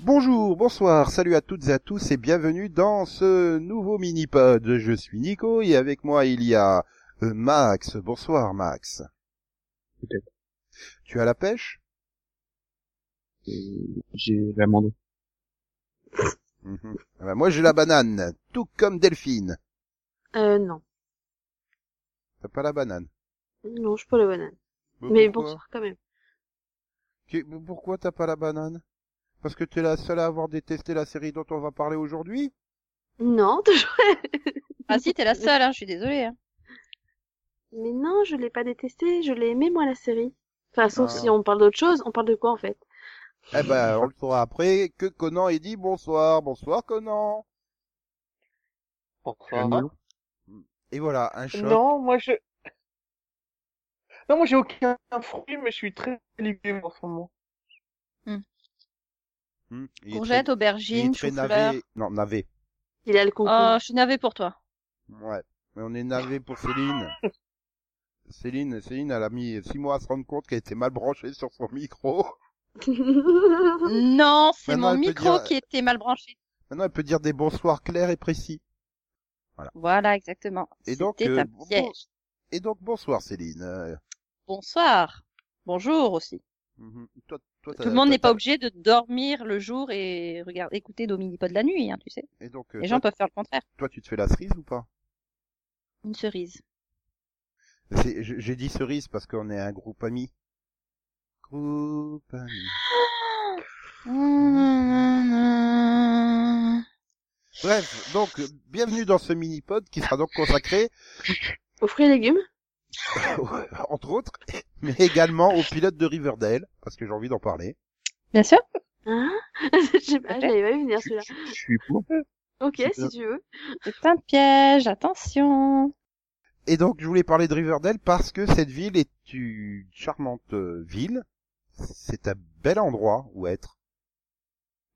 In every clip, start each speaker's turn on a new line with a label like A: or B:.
A: Bonjour, bonsoir, salut à toutes et à tous et bienvenue dans ce nouveau mini-pod. Je suis Nico et avec moi il y a euh, Max. Bonsoir Max.
B: Peut-être.
A: Tu as la pêche
B: Euh, J'ai l'amande.
A: Mhm. Ah bah, Moi j'ai la banane, tout comme Delphine.
C: Euh, non.
A: T'as pas la banane
C: Non, je suis pas la banane.
A: Bah,
C: Mais
A: pourquoi
C: bonsoir quand même.
A: Tu- mais Pourquoi t'as pas la banane Parce que t'es la seule à avoir détesté la série dont on va parler aujourd'hui
C: Non, toujours.
D: Ah si, t'es la seule, hein, je suis désolée. Hein.
C: Mais non, je l'ai pas détesté, je l'ai aimé moi la série. Enfin, sauf
A: Ah.
C: si on parle d'autre chose, on parle de quoi en fait
A: Eh ben, on le saura après que Conan ait dit bonsoir, bonsoir Conan.
E: Pourquoi
A: Et voilà, un choc.
E: Non, moi je. Non, moi j'ai aucun fruit, mais je suis très légume en ce moment.
A: Hmm, il est
D: Courgettes,
A: très- il est
D: aubergines,
A: très
D: chou-fleur.
A: navé. Non, navé.
C: Il a le concours.
D: Oh, je suis navée pour toi.
A: Ouais. Mais on est navé pour Céline. Céline, Céline, elle a mis six mois à se rendre compte qu'elle était mal branchée sur son micro.
D: Non, c'est
A: Maintenant,
D: mon
A: elle peut
D: micro
A: dire- euh,
D: qui était mal branché.
A: Maintenant, elle peut dire des bonsoirs clairs et précis.
D: Voilà, exactement.
A: Et donc,
D: C'était
A: euh,
D: un
A: bon-
D: piège.
A: Et donc, bonsoir Céline. Euh,
D: Bonsoir. Bonjour aussi.
A: mhm. Toi- toi, t'as-
D: Tout le monde n'est
A: t'as-
D: pas obligé de dormir le jour et regarder, écouter Dominipod la nuit, hein, tu sais.
A: Et donc, euh,
D: Les
A: toi,
D: gens peuvent faire le contraire.
A: toi, tu te fais la cerise ou pas
D: Une cerise.
A: C'est- je- J'ai dit cerise parce qu'on est un groupe ami. Groupe ami. Bref, donc, euh, bienvenue dans ce mini-pod qui sera donc consacré
C: Aux fruits et légumes
A: entre autres, mais également au pilote de Riverdale, parce que j'ai envie d'en parler.
D: Bien sûr.
C: Hein Je sais pas,
D: Ok.
C: je l'avais pas vu venir
B: Je
C: celui-là.
B: je- je suis pour.
C: Ok,
B: c'est
C: si tu veux.
D: C'est un piège, attention.
A: Et donc, je voulais parler de Riverdale parce que cette ville est une charmante euh, ville. C'est un bel endroit où être.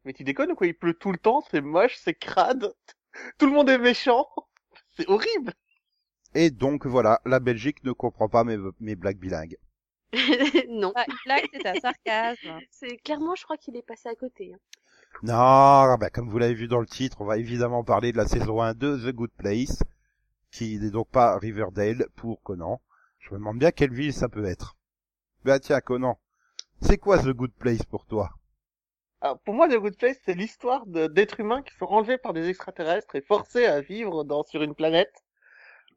E: Mais tu déconnes ou quoi Il pleut tout le temps, c'est moche, c'est crade, tout le monde est méchant, c'est horrible.
A: Et donc, voilà, la Belgique ne comprend pas mes, mes blagues bilingues.
C: non.
D: Ah, une blague, c'est un sarcasme.
C: C'est clairement, je crois qu'il est passé à côté. hein.
A: Non, bah, comme vous l'avez vu dans le titre, on va évidemment parler de la saison 1 de The Good Place, qui n'est donc pas Riverdale pour Conan. Je me demande bien quelle ville ça peut être. Bah tiens, Conan, c'est quoi The Good Place pour toi
E: Alors, Ah, pour moi, The Good Place, c'est l'histoire de- d'êtres humains qui sont enlevés par des extraterrestres et forcés à vivre dans, sur une planète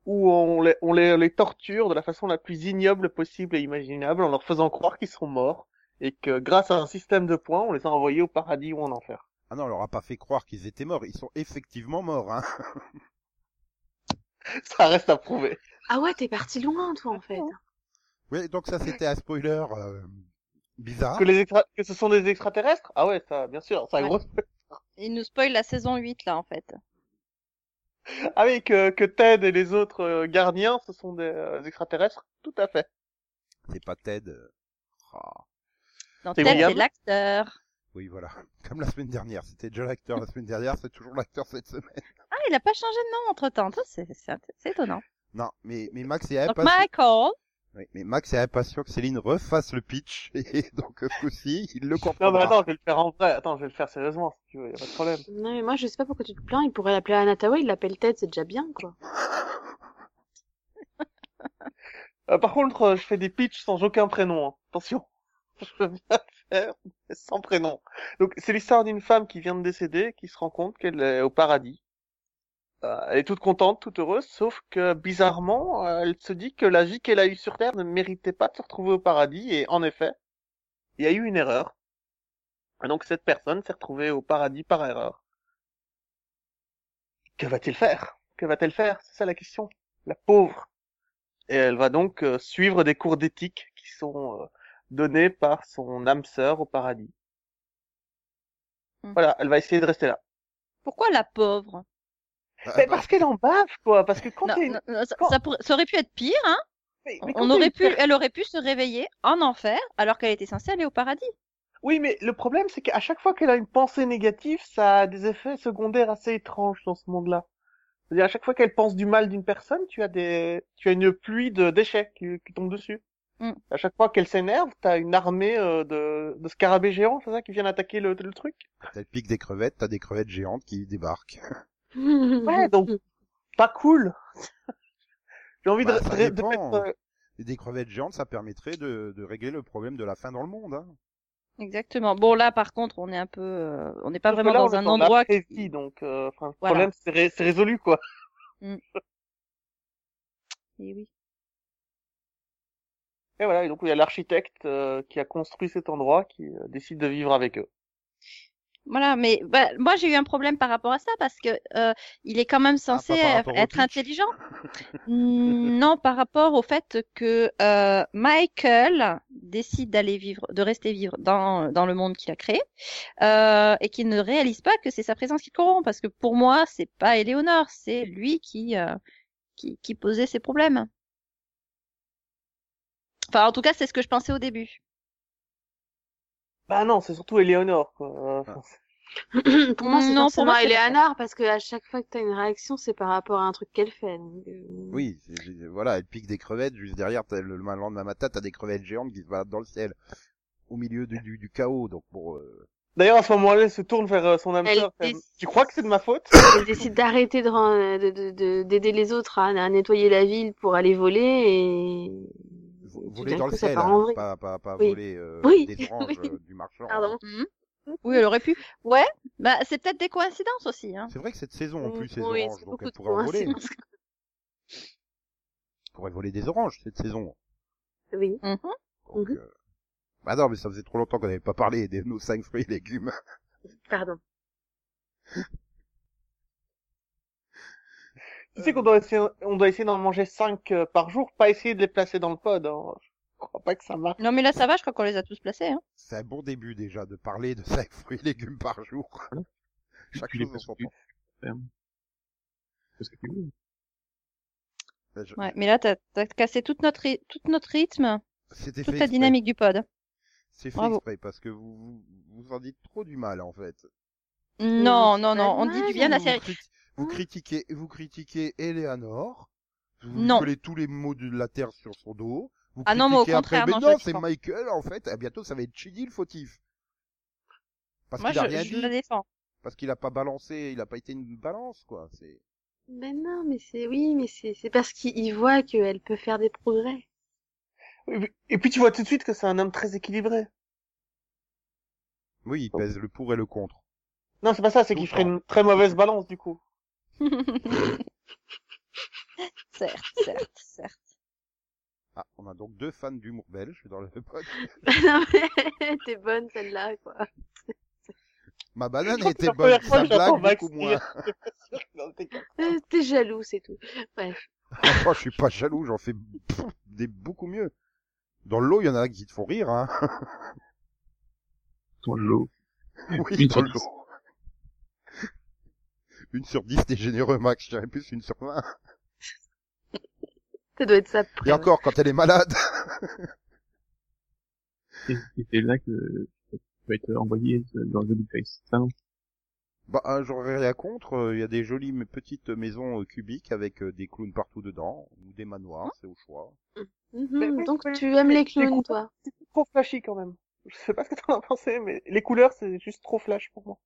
E: où on les, on les, les torture de la façon la plus ignoble possible et imaginable en leur faisant croire qu'ils sont morts et que grâce à un système de points, on les a envoyés au paradis ou en enfer.
A: Ah non, on leur a pas fait croire qu'ils étaient morts. Ils sont effectivement morts, hein.
E: Ça reste à prouver.
C: Ah ouais, t'es parti loin toi en fait.
A: Oui, donc ça c'était un spoiler euh, bizarre.
E: Que, les extra- que ce sont des extraterrestres Ah ouais, ça, bien sûr, ça
D: Ouais.
E: grosse.
D: Il nous spoil la saison 8, là, en fait.
E: Ah oui, que, que Ted et les autres euh, gardiens, ce sont des euh, extraterrestres Tout à fait.
A: C'est pas Ted. euh, ah,
D: Dans
E: C'est
D: tel, c'est
E: William
D: l'acteur.
A: Oui, voilà. Comme la semaine dernière. C'était déjà l'acteur la semaine dernière, c'est toujours l'acteur cette semaine.
D: Ah, il a pas changé de nom entre-temps. Ça, c'est- C'est c'est étonnant.
A: Non, mais, mais Max
E: Eh,
A: est
D: Donc,
A: impatient.
D: Michael,
A: Oui, mais Max est impatient que Céline refasse le pitch. Et donc, ce coup-ci, il le comprend
E: Non, mais
A: pas.
E: attends, je vais le faire en vrai. Attends, je vais le faire sérieusement, si tu veux, y a pas de problème.
C: Non mais moi je sais pas pourquoi tu te plains, il pourrait l'appeler Anatawa, il l'appelle Ted, c'est déjà bien quoi.
E: Euh, par contre, euh, je fais des pitchs sans aucun prénom. hein. Attention, je veux bien faire mais sans prénom. Donc, c'est l'histoire d'une femme qui vient de décéder, qui se rend compte qu'elle est au paradis. Euh, elle est toute contente, toute heureuse, sauf que bizarrement, euh, elle se dit que la vie qu'elle a eue sur Terre ne méritait pas de se retrouver au paradis. Et en effet, il y a eu une erreur. Et donc, cette personne s'est retrouvée au paradis par erreur. Que va-t-il faire Que va-t-elle faire C'est ça la question. La pauvre. Et elle va donc euh, suivre des cours d'éthique qui sont euh, donnés par son âme sœur au paradis.
D: Hmm.
E: Voilà, elle va essayer de rester là.
D: pourquoi la pauvre
A: Ah,
E: mais
A: bah,
E: parce qu'elle en bave, quoi. Parce que quand
D: Non,
E: t'es une-
D: non, non, ça,
E: quand-
D: ça pourrait- ça aurait pu être pire, hein
E: mais- mais quand
D: On
E: t'es
D: aurait
E: une
D: pu, elle aurait pu se réveiller en enfer alors qu'elle était censée aller au paradis.
E: Oui, mais le problème, c'est qu'à chaque fois qu'elle a une pensée négative, ça a des effets secondaires assez étranges dans ce monde-là. C'est-à-dire, à chaque fois qu'elle pense du mal d'une personne, tu as des, tu as une pluie de déchets qui, qui tombe dessus.
D: Mm.
E: À chaque fois qu'elle s'énerve, t'as une armée euh, de, de scarabées géants, c'est ça, qui viennent attaquer le, le truc
A: T'as le pic des crevettes, t'as des crevettes géantes qui débarquent.
D: Mhm.
E: Ouais, donc pas cool. J'ai envie
A: Bah,
E: de,
A: ça
E: de- de
A: dépend.
E: mettre. euh,
A: Et Des crevettes géantes, ça permettrait de, de régler le problème de la faim dans le monde. Hein.
D: Exactement. Bon, là, par contre, on est un peu, euh, on n'est pas
E: parce que
D: vraiment
E: là, on
D: dans
E: est
D: un
E: la
D: endroit
E: vraie
D: qui-
E: vie, donc euh, enfin, le
D: Voilà.
E: problème c'est ré- c'est résolu quoi.
D: Eh oui.
E: Et voilà, et donc il y a l'architecte euh, qui a construit cet endroit qui euh, décide de vivre avec eux.
D: Voilà, mais bah, moi j'ai eu un problème par rapport à ça parce que euh, il est quand même censé
A: Ah, par
D: euh,
A: rapport au
D: être
A: pitch.
D: intelligent. Mm, non, par rapport au fait que euh, Michael décide d'aller vivre, de rester vivre dans dans le monde qu'il a créé euh, et qu'il ne réalise pas que c'est sa présence qui corrompt parce que pour moi c'est pas Eleonore, c'est lui qui euh, qui, qui posait ses problèmes. Enfin, en tout cas, c'est ce que je pensais au début.
E: Bah non, c'est surtout Eleonore. Quoi. Euh,
A: Ah.
C: pour moi, c'est
D: Non, pour
C: forcément
D: moi, c'est
C: Eleanor, parce que à chaque fois que t'as une réaction, c'est par rapport à un truc qu'elle fait. donc, euh,
A: Oui, c'est- c'est- voilà, elle pique des crevettes, juste derrière, t'as le, le lendemain matin, t'as des crevettes géantes qui se baladent dans le ciel, au milieu du, du, du chaos, donc bon... euh,
E: D'ailleurs, à ce moment-là, elle se tourne vers euh, son âme
C: Elle
E: sœur.
C: décide-
E: Tu crois que c'est de ma faute
C: Elle décide d'arrêter de ren- de- de- de- d'aider les autres à, à nettoyer la ville pour aller voler et...
A: vo-
C: et tout
A: voler
C: d'un
A: dans
C: coup,
A: le
C: ça
A: ciel,
C: part
A: hein,
C: en vrille.
A: pas, pas, pas
C: Oui.
A: voler euh,
C: Oui.
A: des oranges
C: Oui.
A: euh, du marchand.
C: Pardon.
D: Oui, elle aurait pu. Ouais, bah c'est peut-être des coïncidences aussi. Hein.
A: C'est vrai que cette saison, en
C: Mm,
A: plus, les
C: oui,
A: oranges,
C: c'est
A: donc
C: beaucoup
A: elle
C: de
A: pourrait en voler. Elle
C: coïncidences.
A: pourrait voler des oranges, cette saison.
C: Oui.
D: Mhm.
A: Donc,
C: Mhm.
A: euh, Bah non, mais ça faisait trop longtemps qu'on n'avait pas parlé de nos cinq fruits et légumes.
C: Pardon.
E: Tu sais qu'on doit essayer, on doit essayer d'en manger 5 par jour, pas essayer de les placer dans le pod. Hein. Je crois pas que ça marche.
D: Non, mais là, ça va, je crois qu'on les a tous placés. Hein.
A: C'est un bon début, déjà, de parler de cinq fruits et légumes par jour. Chaque
B: Tu les
A: chose en
B: passes
A: son
B: plus.
A: temps.
B: Parce que tu veux.
A: Bah, je-
D: Ouais, mais là, t'as as cassé toute notre, ry- toute notre rythme,
A: C'était fait
D: toute la
A: exprès.
D: dynamique du pod.
A: C'est fait
D: Bravo.
A: exprès, parce que vous, vous, vous en dites trop du mal, en fait.
D: Mmh. Non, non,
C: c'est
D: non,
C: pas
D: on dit Ah, du bien de la
C: mal.
D: série.
A: Vous, criti- vous critiquez, vous critiquez Eleanor. Vous
D: Non.
A: collez tous les mots de la terre sur son dos. Vous
D: Ah non, mais au
A: critiquez après,
D: contraire,
A: mais
D: non, je
A: non,
D: le dis
A: c'est
D: pas.
A: Michael en fait. À bientôt, ça va être Chidi le fautif. Parce
D: Moi,
A: qu'il a
D: je,
A: rien
D: je
A: dit,
D: la défends.
A: parce qu'il a pas balancé, il a pas été une balance quoi. C'est
C: Mais non, mais c'est oui, mais c'est c'est parce qu'il il voit qu'elle peut faire des progrès.
E: Et puis- Et puis tu vois tout de suite que c'est un homme très équilibré.
A: oui, il pèse le pour et le contre.
E: Non, c'est pas ça, c'est qu'il
A: Tout
E: ferait
A: le temps.
E: une très mauvaise balance du coup.
D: certes, certes, certes.
A: Ah, on a donc deux fans d'humour belge dans le pod.
C: non, mais t'es bonne celle-là, quoi.
A: Ma banane
E: crois que c'est
A: était bonne,
E: la première fois
A: sa
E: que j'entends
A: blague
E: Max
A: beaucoup moins.
E: dire. Non, t'es con.
C: Euh, T'es jaloux, c'est tout.
A: Moi, je suis pas jaloux, j'en fais pff, des beaucoup mieux. Dans l'eau, il y en a qui te font rire, hein.
B: Dans l'eau.
A: Oui,
B: Une
A: dans
B: sur
A: le
B: dix.
A: lot. Une sur 10, t'es généreux, Max. Je dirais plus une sur 20.
C: Ça doit être ça.
A: Et encore, quand elle est malade.
B: Et et c'est là que tu vas être envoyé dans le Good Place. Ça, non
A: Bah, hein, j'aurais rien contre. euh, Il y a des jolies mais petites maisons euh, cubiques avec euh, des clowns partout dedans. Ou des manoirs, c'est au choix.
E: Mais oui,
C: Mhm, Donc
E: mais-
C: tu aimes les
E: mais- mais-
C: clowns, toi.
E: C'est trop flashy quand même. Je sais pas ce que t'en as pensé, mais les couleurs c'est juste trop flash pour moi.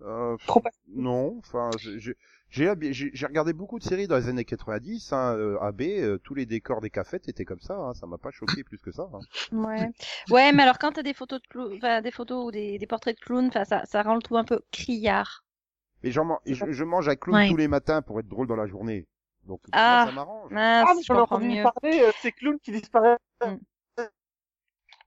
E: Ah,
A: Euh, pff,
E: Trop pas-
A: non, enfin, je- je- j'ai habi- j'ai j'ai regardé beaucoup de séries dans les années 90. Hein, euh, AB, euh, tous les décors des cafettes étaient comme ça. Hein, ça m'a pas choqué plus que ça. hein.
D: Ouais. Ouais, mais alors quand t'as des photos de clowns, enfin, des photos ou des, des portraits de clowns, enfin, ça, ça rend le tout un peu criard.
A: Mais j'en man- je, je mange à clown
D: Ouais.
A: tous les matins pour être drôle dans la journée. Donc pour
D: Ah.
A: moi, ça m'arrange.
D: Mince,
E: mais
D: je
E: j'en ai
D: comprends
E: entendu
D: mieux.
E: parler, euh, ces clowns qui disparaissent.
D: Mm.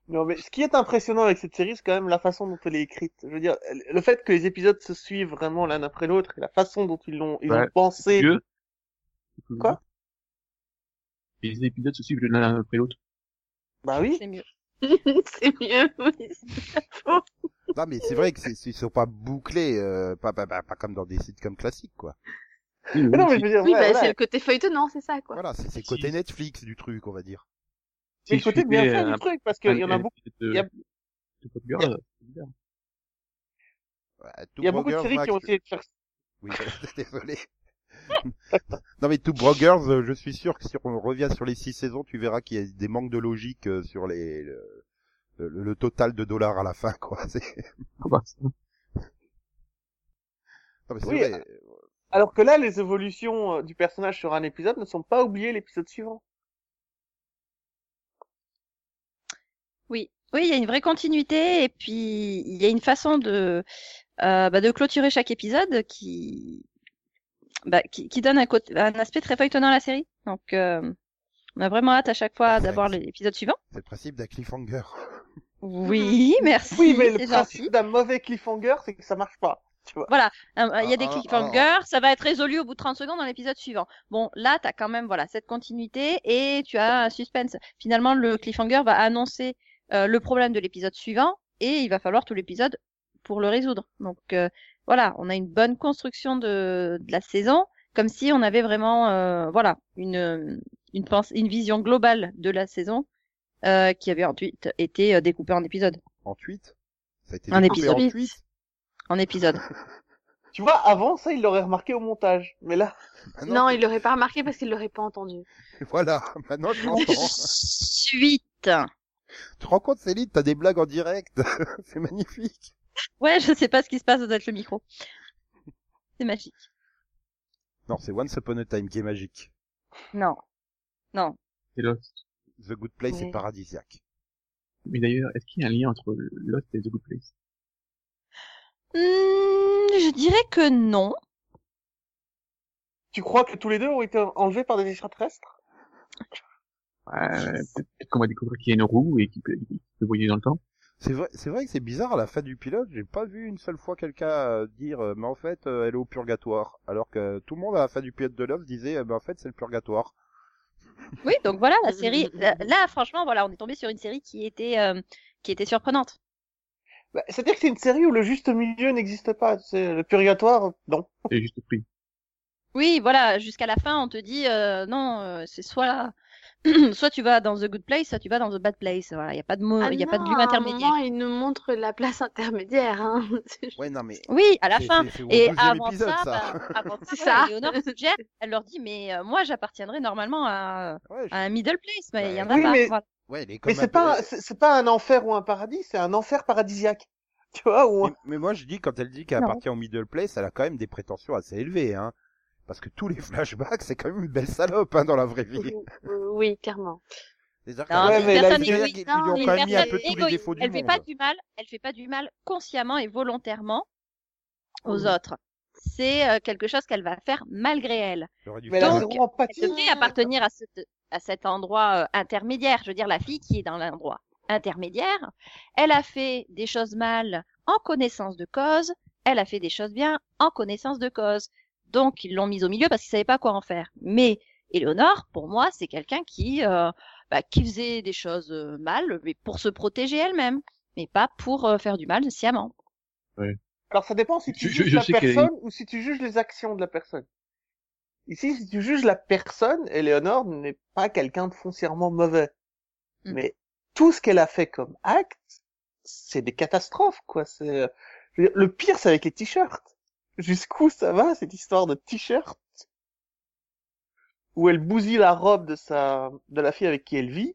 E: Non mais ce qui est impressionnant avec cette série, c'est quand même la façon dont elle est écrite. Je veux dire, elle- le fait que les épisodes se suivent vraiment l'un après l'autre, et la façon dont ils l'ont ils
B: Ouais.
E: ont pensé.
B: Dieu.
E: Quoi
B: Et Les épisodes se suivent l'un après l'autre.
E: Bah oui.
D: C'est mieux.
C: c'est mieux. oui.
A: Non, mais c'est vrai que c'est, ils sont pas bouclés, euh, pas, pas, pas, pas comme dans des sites comme classiques, quoi.
B: Oui,
E: Mais non mais je veux dire,
C: Oui,
E: ouais,
C: bah
E: voilà,
C: c'est le côté feuilletonnant, c'est ça, quoi.
A: Voilà, c'est, c'est le côté Netflix du truc, on va dire.
E: c'est le côté bien fait du truc parce qu'il y en a beaucoup. il y a-
B: euh, beaucoup.
A: Ouais, Two
E: Il y a beaucoup de
A: Brothers,
E: séries qui
A: Max,
E: ont
A: tu-
E: essayé de faire
A: Oui, voilà, désolé. Non mais Two Brothers, euh, je suis sûr que si on revient sur les six saisons, tu verras qu'il y a des manques de logique euh, sur les le, le- le total de dollars à la fin quoi. C'est-
B: Ah bah, ça.
A: Non, mais c'est
E: Oui, euh,
A: vrai.
E: Alors que là, les évolutions euh, du personnage sur un épisode ne sont pas oubliées l'épisode suivant.
D: Oui, oui, il y a une vraie continuité et puis il y a une façon de euh, bah, de clôturer chaque épisode qui bah, qui, qui donne un, côté, un aspect très feuilletonnant à la série. Donc euh, on a vraiment hâte à chaque fois
A: Exact.
D: d'avoir l'épisode suivant.
A: C'est le principe d'un cliffhanger.
D: Oui, merci.
E: Oui, mais le
D: c'est
E: principe
D: gentil.
E: d'un mauvais cliffhanger, c'est que ça marche pas.
D: Hein, Il y a des
A: Ah, ah,
D: cliffhangers, ça va être résolu au bout de 30 secondes dans l'épisode suivant. Bon, là, tu as quand même voilà cette continuité et tu as un suspense. Finalement, le cliffhanger va annoncer euh, le problème de l'épisode suivant et il va falloir tout l'épisode pour le résoudre. Donc euh, voilà, on a une bonne construction de, de la saison, comme si on avait vraiment euh, voilà une une, pense- une vision globale de la saison euh, qui avait ensuite été euh, découpée en épisodes.
A: En tweet Ça a été
D: En
A: découpé
D: épisode.
A: en tweet
D: En épisodes.
E: Tu vois, avant ça, il l'aurait remarqué au montage. Mais là,
A: Ah
C: bah, Non, il l'aurait pas remarqué parce qu'il l'aurait pas entendu.
A: Voilà, maintenant je l'entends.
D: Suite.
A: tu te rends compte Céline, t'as des blagues en direct C'est magnifique
D: Ouais, je sais pas ce qui se passe au-delà le micro. C'est magique.
A: Non, c'est Once Upon a Time qui est magique.
D: Non. Non.
B: C'est Lost.
A: The Good Place
D: Ouais.
A: est paradisiaque.
B: Mais d'ailleurs, est-ce qu'il y a un lien entre Lost et The Good Place
D: Hmm, je dirais que non.
E: tu crois que tous les deux ont été enlevés par des extraterrestres
B: Ouais, peut-être peut-être qu'on va découvrir qu'il y a une roue et qu'il peut, qu'il peut voyager dans le temps.
A: C'est vrai, c'est vrai que c'est bizarre, à la fin du pilote, j'ai pas vu une seule fois quelqu'un euh, dire euh, mais en fait, euh, elle est au purgatoire », alors que euh, tout le monde à la fin du pilote de Love disait Eh ben, en fait, c'est le purgatoire
D: Oui, donc voilà, la série. Là, là, franchement, voilà, on est tombé sur une série qui était euh, qui était surprenante.
E: bah, C'est-à-dire que c'est une série où le juste milieu n'existe pas. C'est le purgatoire, euh, non.
B: C'est juste pris.
D: Oui, voilà, jusqu'à la fin, on te dit euh, non, euh, c'est soit soit tu vas dans the good place, soit tu vas dans the bad place. Voilà, il y a pas de mot, il
C: Ah
D: y a pas de
C: non,
D: lieu
C: à un
D: intermédiaire.
C: moment, il nous montre la place intermédiaire. Hein. C'est- ».
A: Ouais, non mais...
D: Oui, à la
A: c'est-
D: fin.
A: c'est- c'est au
D: Et
A: deuxième
D: avant
A: épisode,
D: ça,
A: ça.
D: bah, avant ça,
C: C'est
D: ouais,
C: ça.
D: Léonore suggère, elle leur dit mais euh, moi j'appartiendrai normalement à,
A: Ouais, je-
D: à un middle place, mais il y en a
E: Oui,
D: pas.
E: mais-
D: Voilà.
A: ouais, elle est euh, comme
E: Mais
A: un
E: c'est
A: peu-
E: pas, un- c'est c'est pas un enfer ou un paradis, c'est un enfer paradisiaque. Tu vois, ou
A: Mais, mais moi, je dis, quand elle dit qu'elle
D: Non.
A: appartient au middle place, elle a quand même des prétentions assez élevées, hein. Parce que tous les flashbacks, c'est quand même une belle salope, hein, dans la vraie vie.
C: Euh, Oui, clairement.
A: C'est-à-dire
D: Non,
A: que-
E: Ouais, mais la
D: personne
A: c'est-à-dire
D: égoïste.
A: qu'ils lui ont
C: Non,
D: Une
A: quand même mis un peu
D: personne
A: tous les
D: égoïste.
A: défauts du
D: elle fait
A: monde.
D: pas du mal, elle fait pas du mal consciemment et volontairement aux autres. C'est euh, quelque chose qu'elle va faire malgré elle.
A: J'aurais dû
E: mais
A: faire
E: là,
A: un-
E: c'est
D: Donc,
E: vraiment
D: Elle
E: empathie.
D: devait appartenir à, cette- à cet endroit euh, intermédiaire, je veux dire la fille qui est dans l'endroit intermédiaire. Elle a fait des choses mal en connaissance de cause, elle a fait des choses bien en connaissance de cause. Donc ils l'ont mise au milieu parce qu'ils savaient pas quoi en faire. Mais Éléonore, pour moi, c'est quelqu'un qui euh, bah, qui faisait des choses euh, mal, mais pour se protéger elle-même, mais pas pour euh, faire du mal sciemment.
E: Alors ça dépend si tu
B: Je- je-
E: juges
B: je
E: la
B: sais qu'elle est-
E: personne ou si tu juges les actions de la personne. Ici, si tu juges la personne, Eleonore n'est pas quelqu'un de foncièrement mauvais.
D: Mm.
E: Mais tout ce qu'elle a fait comme acte, c'est des catastrophes, quoi. C'est euh, je veux dire, le pire, c'est avec les t-shirts. Jusqu'où ça va cette histoire de t-shirt où elle bousille la robe de sa de la fille avec qui elle vit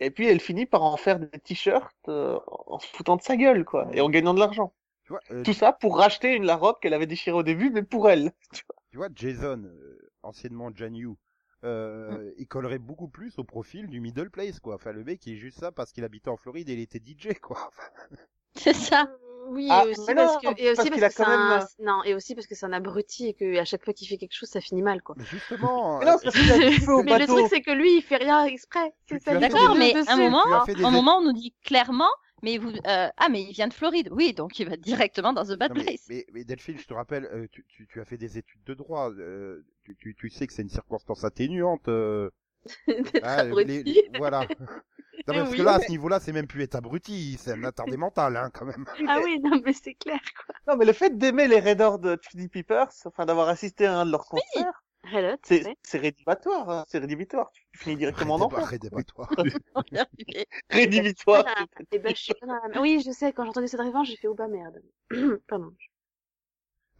E: et puis elle finit par en faire des t-shirts euh, en se foutant de sa gueule, quoi, et en gagnant de l'argent.
A: Tu vois, euh,
E: Tout ça pour racheter une, la robe qu'elle avait déchirée au début, mais pour elle.
A: tu vois, Jason, euh, anciennement Janyu, euh, il collerait beaucoup plus au profil du middle place, quoi. Enfin, le mec, il est juste ça parce qu'il habitait en Floride et il était DJ, quoi. Enfin,
D: C'est ça.
C: Oui,
E: Ah,
C: et aussi
E: mais non,
C: parce que, et aussi
E: parce
C: parce
E: qu'il
C: que
E: a
C: c'est
E: quand
C: un,
E: même-
C: non, et aussi parce que c'est un abruti et que à chaque fois qu'il fait quelque chose, ça finit mal, quoi.
A: mais justement...
E: Mais non,
A: euh,
E: c'est parce qu'il a du feu au
A: Mais
C: Mais le
E: bateau.
C: truc, c'est que lui, il fait rien exprès.
A: Tu-
C: C'est
A: tu
C: ça
A: as
C: le
A: fait des-
D: D'accord,
C: truc
D: mais
C: dessus.
D: à un moment,
A: tu as fait des
D: à un moment, on nous dit clairement, mais vous, euh, ah, mais il vient de Floride. Oui, donc il va directement dans The Bad
A: Non, mais,
D: Place.
A: mais- mais Delphine, je te rappelle, euh, tu, tu- tu as fait des études de droit, euh, tu, tu- tu sais que c'est une circonstance atténuante. euh,
C: d'être
A: hein,
C: abruti.
A: les- voilà. Non, mais parce
C: Oui,
A: que là, à
E: mais-
A: ce niveau-là, c'est même plus être abruti, c'est un attardé mental, hein, quand même.
C: Ah oui, non, mais c'est clair.
E: Non, mais le fait d'aimer les Raiders de Chili Peppers, enfin d'avoir assisté à un de leurs concerts,
C: Hello, tu
E: c'est
C: sais.
E: c'est rédhibitoire, hein, c'est rédhibitoire. Tu finis directement en enfer.
A: Arrête toi
E: Rédhibitoire.
C: Voilà. Eh ben, je suis pas dans la- Oui, je sais, quand j'ai entendu cette référence, j'ai fait, oh bah merde. Pardon.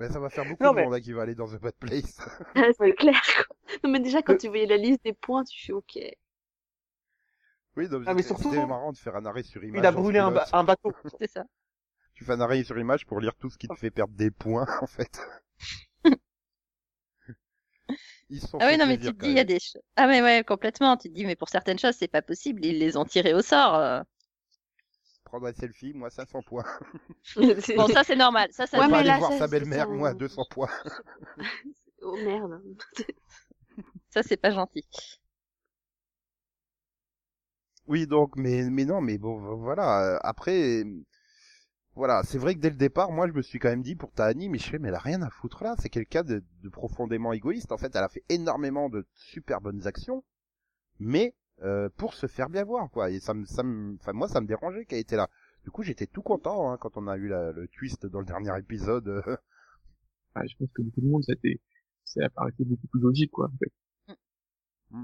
A: Mais ça va faire beaucoup
E: Non,
A: de
E: mais-
A: monde là, qui va aller dans The Bad Place.
C: Ah, c'est clair. quoi. Non, mais déjà, quand tu voyais la liste des points, tu fais OK.
A: oui, non,
E: Ah, mais
A: c'était-
E: surtout-
A: c'était marrant de faire un arrêt sur image.
E: Il a
A: en
E: brûlé un, ba-
A: pilote.
E: un bateau.
D: C'est ça.
A: Tu fais un arrêt sur image pour lire tout ce
E: Ah.
A: qui te fait perdre des points, en fait. Ils se sont
D: Ah oui,
A: fait
D: non, mais
A: plaisir,
D: tu te
A: quand
D: dis, il y a
A: même.
D: des choses. Ah, mais ouais, complètement. Tu te dis, mais pour certaines choses, c'est pas possible. Ils les ont tirés au sort. euh.
A: Prendre un selfie, moi 500 points.
D: Bon, ça, c'est normal. Ça, ça
C: Ouais,
A: Faut
D: va.
C: mais
A: aller
C: là,
A: voir
C: ça,
A: sa
C: c'est-
A: belle-mère,
C: ça-
A: moi 200 points.
C: Oh merde.
D: Ça, c'est pas gentil.
A: Oui, donc, mais, mais non, mais bon, vo- voilà. euh, Après, euh, voilà, c'est vrai que dès le départ, moi, je me suis quand même dit pour Tahani, mais je fais, mais elle a rien à foutre là. C'est quelqu'un de, de profondément égoïste. En fait, elle a fait énormément de super bonnes actions, mais euh, pour se faire bien voir, quoi. Et ça me, ça me, enfin, moi, ça me dérangeait qu'elle était là. Du coup, j'étais tout content hein, quand on a eu la- le twist dans le dernier épisode. euh,
B: Enfin, je pense que beaucoup de monde, ça a été, ça a arrêté beaucoup plus logique, quoi. en fait.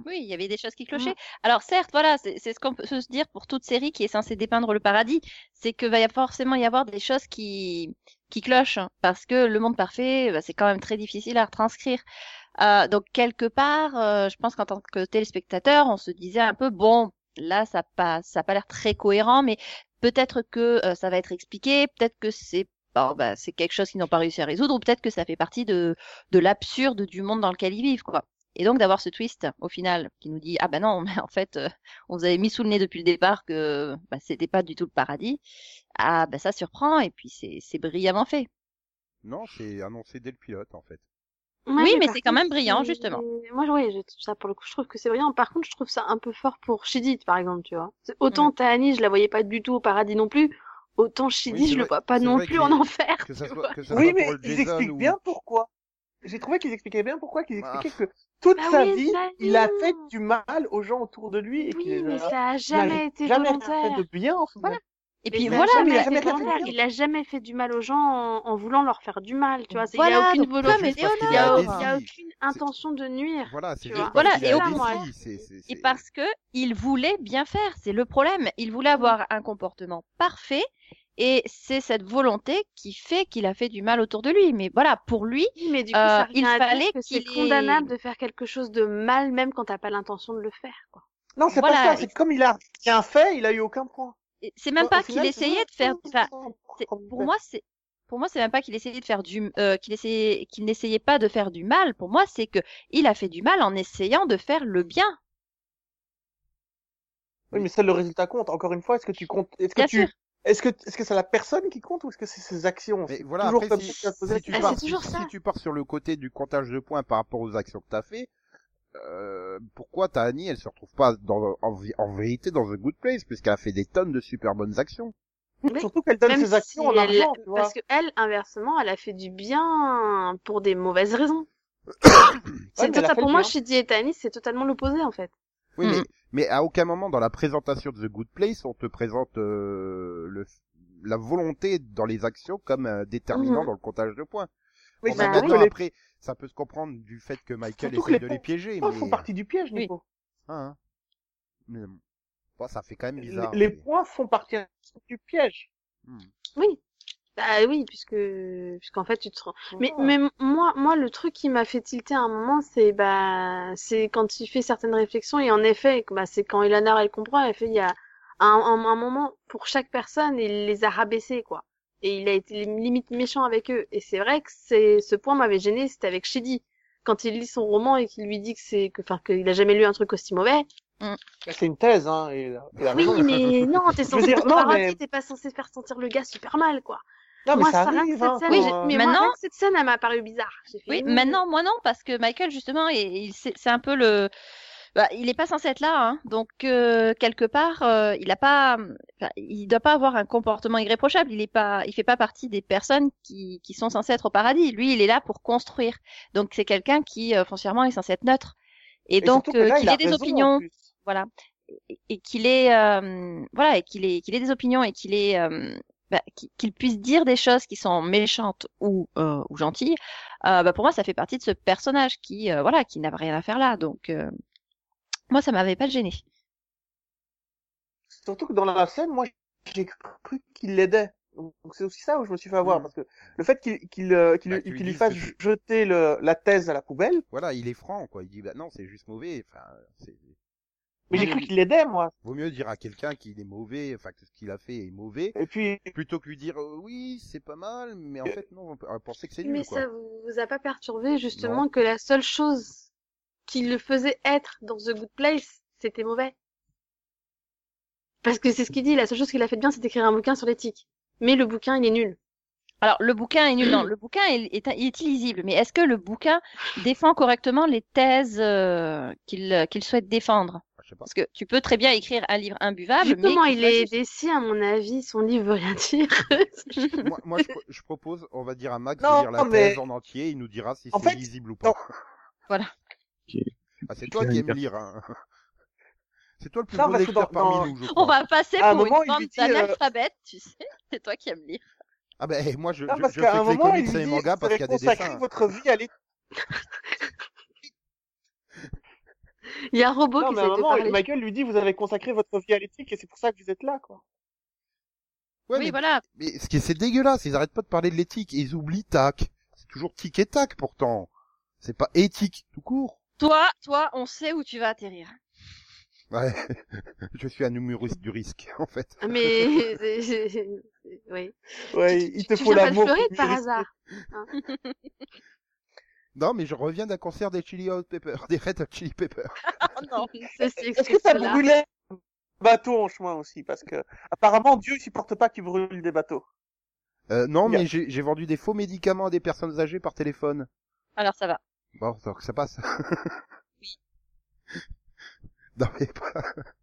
D: Oui, il y avait des choses qui clochaient. Alors certes, voilà, c'est c'est ce qu'on peut se dire pour toute série qui est censée dépeindre le paradis, c'est que va y a- forcément y avoir des choses qui qui clochent hein, parce que le monde parfait, bah, c'est quand même très difficile à retranscrire. Euh, donc quelque part, euh, je pense qu'en tant que téléspectateur, on se disait un peu bon, là ça passe, ça a pas l'air très cohérent, mais peut-être que euh, ça va être expliqué, peut-être que c'est bon, bah, c'est quelque chose qu'ils n'ont pas réussi à résoudre, ou peut-être que ça fait partie de de l'absurde du monde dans lequel ils vivent, quoi. Et donc d'avoir ce twist au final qui nous dit ah ben non mais en fait euh, on vous avait mis sous le nez depuis le départ que bah, c'était pas du tout le paradis ah ben ça surprend et puis c'est c'est brillamment fait
A: Non, c'est annoncé dès le pilote, en fait.
C: Ouais,
D: Oui, mais
C: par
D: c'est quand même
C: contre,
D: brillant,
C: c'est-
D: justement.
C: Moi, ouais, je- ça pour le coup, je trouve que c'est brillant. Par contre, je trouve ça un peu fort pour Shidit, par exemple, tu vois. C'est- Autant Tahani, je la voyais pas du tout au paradis non plus. Autant Shidit,
A: Oui, c'est
C: je le
A: vrai-
C: vois pas
A: c'est
C: non
A: vrai
C: plus
A: qu'il-
C: en enfer.
A: Que ça soit,
C: tu vois.
A: que ça
E: Oui,
A: soit
E: mais
A: pour le
E: ils
A: Jason
E: expliquent
A: ou-
E: bien pourquoi. J'ai trouvé qu'ils expliquaient bien pourquoi, qu'ils
A: Ah.
E: expliquaient que toute
C: Bah
E: sa
C: oui,
E: vie,
C: bah
E: il a
C: non.
E: fait du mal aux gens autour de lui. Et
C: Oui,
E: qu'il
C: mais
E: a-
C: ça a
E: il a
C: jamais été
E: jamais rien
C: volontaire.
E: fait de bien, en fait.
D: Voilà. et
C: Mais
D: puis
C: il a
D: voilà
C: jamais
E: il a
C: été
E: jamais rien fait de
C: volontaire.
E: bien.
C: Il a jamais fait du mal aux gens en, en voulant leur faire du mal, tu vois. C'est- il
D: Voilà,
C: a aucune
D: donc comme
C: volonté.
A: Juste parce qu'il
C: Il y a,
A: a
C: au-
A: des
C: il y a
A: filles.
C: aucune intention de nuire.
A: Voilà, c'est
C: Tu
A: juste
C: vois.
A: parce
D: Voilà,
A: qu'il
D: et
A: a
D: au
A: des
C: contraire.
A: filles, c'est- c'est-
D: et
A: c'est-
D: parce que il voulait bien faire c'est le problème il voulait avoir un comportement parfait et c'est cette volonté qui fait qu'il a fait du mal autour de lui mais voilà pour lui
C: Oui, mais du coup,
D: Euh,
C: ça revient
D: il
C: à dire
D: fallait
C: que c'est
D: qu'il ait-
C: condamnable de faire quelque chose de mal, même quand t'as pas l'intention de le faire. Quoi.
E: Non, c'est
D: Voilà,
E: pas ça. C'est
D: et-
E: comme il a rien fait, il a eu aucun point.
D: Et c'est même
E: Au- au
D: pas qu'il
E: final, c'est
D: essayait de faire
E: vraiment-
D: enfin, c'est- pour moi c'est pour moi c'est même pas qu'il essayait de faire du euh, qu'il essayait qu'il n'essayait pas de faire du mal pour moi c'est que il a fait du mal en essayant de faire le bien
E: Oui, mais seul le résultat compte. Encore une fois, est-ce que tu comptes, est-ce que
D: Bien
E: tu,
D: sûr.
E: est-ce que, est-ce que c'est la personne qui compte ou est-ce que c'est ses actions?
A: Mais
E: C'est
A: voilà,
E: toujours
A: après,
E: comme
A: si,
E: ça que ça se
A: si tu
E: pose.
C: Ah,
A: pars,
C: c'est toujours
A: si-
C: ça.
A: si tu pars sur le côté du comptage de points par rapport aux actions que t'as fait, euh, pourquoi ta Annie, elle se retrouve pas dans, en, vi- en vérité dans The Good Place, puisqu'elle a fait des tonnes de super bonnes actions.
C: Oui.
E: Surtout qu'elle donne
C: Même
E: ses actions
C: si
E: en
C: elle-
E: argent, tu vois.
C: Parce que elle, inversement, elle a fait du bien pour des mauvaises raisons.
E: Ouais,
C: c'est
E: mais elle a
C: total...
E: fait
C: Pour
E: le
C: moi,
E: bien.
C: Shidi et Tani, c'est totalement l'opposé en fait.
A: Oui,
D: Mhm.
A: mais, mais à aucun moment dans la présentation de The Good Place, on te présente euh, le, la volonté dans les actions comme euh, déterminant
C: Mhm.
A: dans le comptage de points.
E: Oui,
A: Bon,
C: bah
A: maintenant,
E: oui.
A: après, ça peut se comprendre du fait que Michael
E: Surtout que
A: essaie
E: les
A: de les
E: points-
A: piéger,
E: points
A: mais...
E: font partie du piège,
D: Oui.
E: Nico.
A: Hein, hein. Mais bon, ça fait quand même
E: Les,
A: bizarre.
E: les
A: mais-
E: points font partie du piège.
C: Oui. Bah oui, puisque puisqu'en fait tu te rends.
D: Oh.
C: Mais mais moi moi le truc qui m'a fait tilter à un moment c'est bah c'est quand il fait certaines réflexions et en effet bah c'est quand Ilana elle comprend elle fait il y a un, un, un moment pour chaque personne il les a rabaissés quoi et il a été limite méchant avec eux et c'est vrai que c'est ce point m'avait gêné c'était avec Shidi quand il lit son roman et qu'il lui dit que c'est que enfin qu'il a jamais lu un truc aussi mauvais
E: Là, C'est une thèse, hein. et il a- il a
C: oui
E: raison.
C: mais non t'es
E: veux
C: censé
E: dire,
C: être
E: non,
C: paradis,
E: mais-
C: t'es pas censé faire sentir le gars super mal quoi
E: Non, mais
C: moi,
E: ça
C: ça, rien que
E: arrive, hein,
C: cette
E: quand,
C: scène,
D: Oui,
E: euh,
C: j'ai- mais moi,
D: Maintenant-
C: rien que cette scène, elle m'a paru bizarre. J'ai fait,
D: oui
C: hmm.
D: maintenant moi non parce que Michael justement et il c'est c'est un peu le bah, il est pas censé être là hein. donc euh, quelque part euh, il a pas enfin, il doit pas avoir un comportement irréprochable il est pas il fait pas partie des personnes qui qui sont censées être au paradis lui il est là pour construire donc c'est quelqu'un qui euh, foncièrement est censé être neutre et, donc
E: surtout que
D: euh,
E: là,
D: qu'il
E: il a
D: ait des
E: raison, en
D: opinions
E: plus.
D: voilà et, et qu'il ait euh, voilà et qu'il ait qu'il ait des opinions et qu'il ait euh, bah, qu'il qu'il puisse dire des choses qui sont méchantes ou euh, ou gentilles euh, bah pour moi ça fait partie de ce personnage qui euh, voilà qui n'a rien à faire là donc euh, moi ça m'avait pas gêné
E: Surtout que dans la scène, moi, j'ai cru qu'il l'aidait. Donc c'est aussi ça où je me suis fait avoir
A: Mhm.
E: parce que le fait qu'il qu'il euh, qu'il
A: Bah, tu
E: qu'il
A: lui
E: lui
A: dises
E: fasse
A: que tu-
E: jeter le, la thèse à la poubelle,
A: Voilà, il est franc, quoi. Il dit, bah non, c'est juste mauvais. Enfin, c'est-
E: mais
A: Mm.
E: j'ai
B: Mhm.
E: cru qu'il l'aidait moi.
A: vaut mieux dire à quelqu'un qu'il est mauvais, enfin que ce qu'il a fait est mauvais,
E: Et puis
A: plutôt que lui dire euh, oui, c'est pas mal, mais en fait non, on peut- on pensait que c'est nul,
C: Mais
A: quoi.
C: ça vous vous a pas perturbé justement que la seule chose qui le faisait être dans The Good Place, c'était mauvais. Parce que c'est ce qu'il dit, la seule chose qu'il a fait de bien, c'est d'écrire un bouquin sur l'éthique. Mais le bouquin, il est nul.
D: Alors, le bouquin est nul. Non, le bouquin est, est, est illisible. Mais est-ce que le bouquin défend correctement les thèses euh, qu'il qu'il souhaite défendre
A: Enfin, je sais pas.
D: Parce que tu peux très bien écrire un livre imbuvable,
C: Justement,
D: Ah, mais
C: il est décis à mon avis, son livre veut rien dire.
A: moi, moi, je, pro- je propose, on va dire à Max
E: Non,
A: de lire la
E: mais-
A: thèse en entier, il nous dira si
E: En
A: c'est
E: fait,
A: lisible ou
E: non.
A: pas.
D: Voilà.
B: Ok.
A: Ah, c'est
B: Je
A: toi
B: vais
A: qui
B: lire.
A: aimes lire. hein. C'est toi le plus
E: Non,
A: bon
E: parce que
A: lecteur
E: dans-
A: parmi
E: dans-
A: nous, je
D: On
A: crois.
D: va passer
E: À un
D: pour
E: moment,
D: une
E: il lui
D: bande
E: dit, euh,
D: d'analphabètes, tu sais. C'est toi qui aimes lire.
A: Ah ben moi, je,
E: non,
A: je,
E: parce
A: je
E: qu'à
A: fais
E: un
A: que les
E: moment il
A: comics
E: lui
A: et les
E: dit
A: mangas
E: vous
A: parce
E: avez
A: qu'il y a des
E: consacré
A: dessins.
E: votre vie à l'éthique.
C: Il y a un robot
E: Non
C: qui
E: mais
C: essaie
E: à un
C: de
E: moment
C: parler.
E: Michael lui dit vous avez consacré votre vie à l'éthique et c'est pour ça que vous êtes là quoi.
A: Ouais,
D: oui,
A: mais,
E: bah,
D: voilà.
A: mais ce qui est- c'est dégueulasse, ils arrêtent pas de parler de l'éthique, et ils oublient tac. C'est toujours tic et tac pourtant. C'est pas éthique tout court.
D: Toi, toi, on sait où tu vas atterrir.
A: Ouais, je suis un humoriste du risque, en fait.
C: Ah, Mais c'est- c'est- c'est- oui.
E: Ouais,
C: Tu- tu-
E: il te
C: tu
E: faut
C: viens pas de
E: l'amour.
C: Floride
E: pour
C: par
E: mûrir.
C: hasard.
A: Non, mais je reviens d'un concert des Chili Hot Peppers, des Red Hot Chili Peppers.
D: Oh non.
C: Ceci
E: Est-ce que
C: explique
E: ça
C: cela.
E: brûlait un bateau en chemin aussi Parce que apparemment Dieu il supporte pas qu'il brûle des bateaux.
A: Euh, non,
E: Bien.
A: mais j'ai j'ai vendu des faux médicaments à des personnes âgées par téléphone.
D: Alors ça va.
A: Bon, donc ça passe. non, mais pas...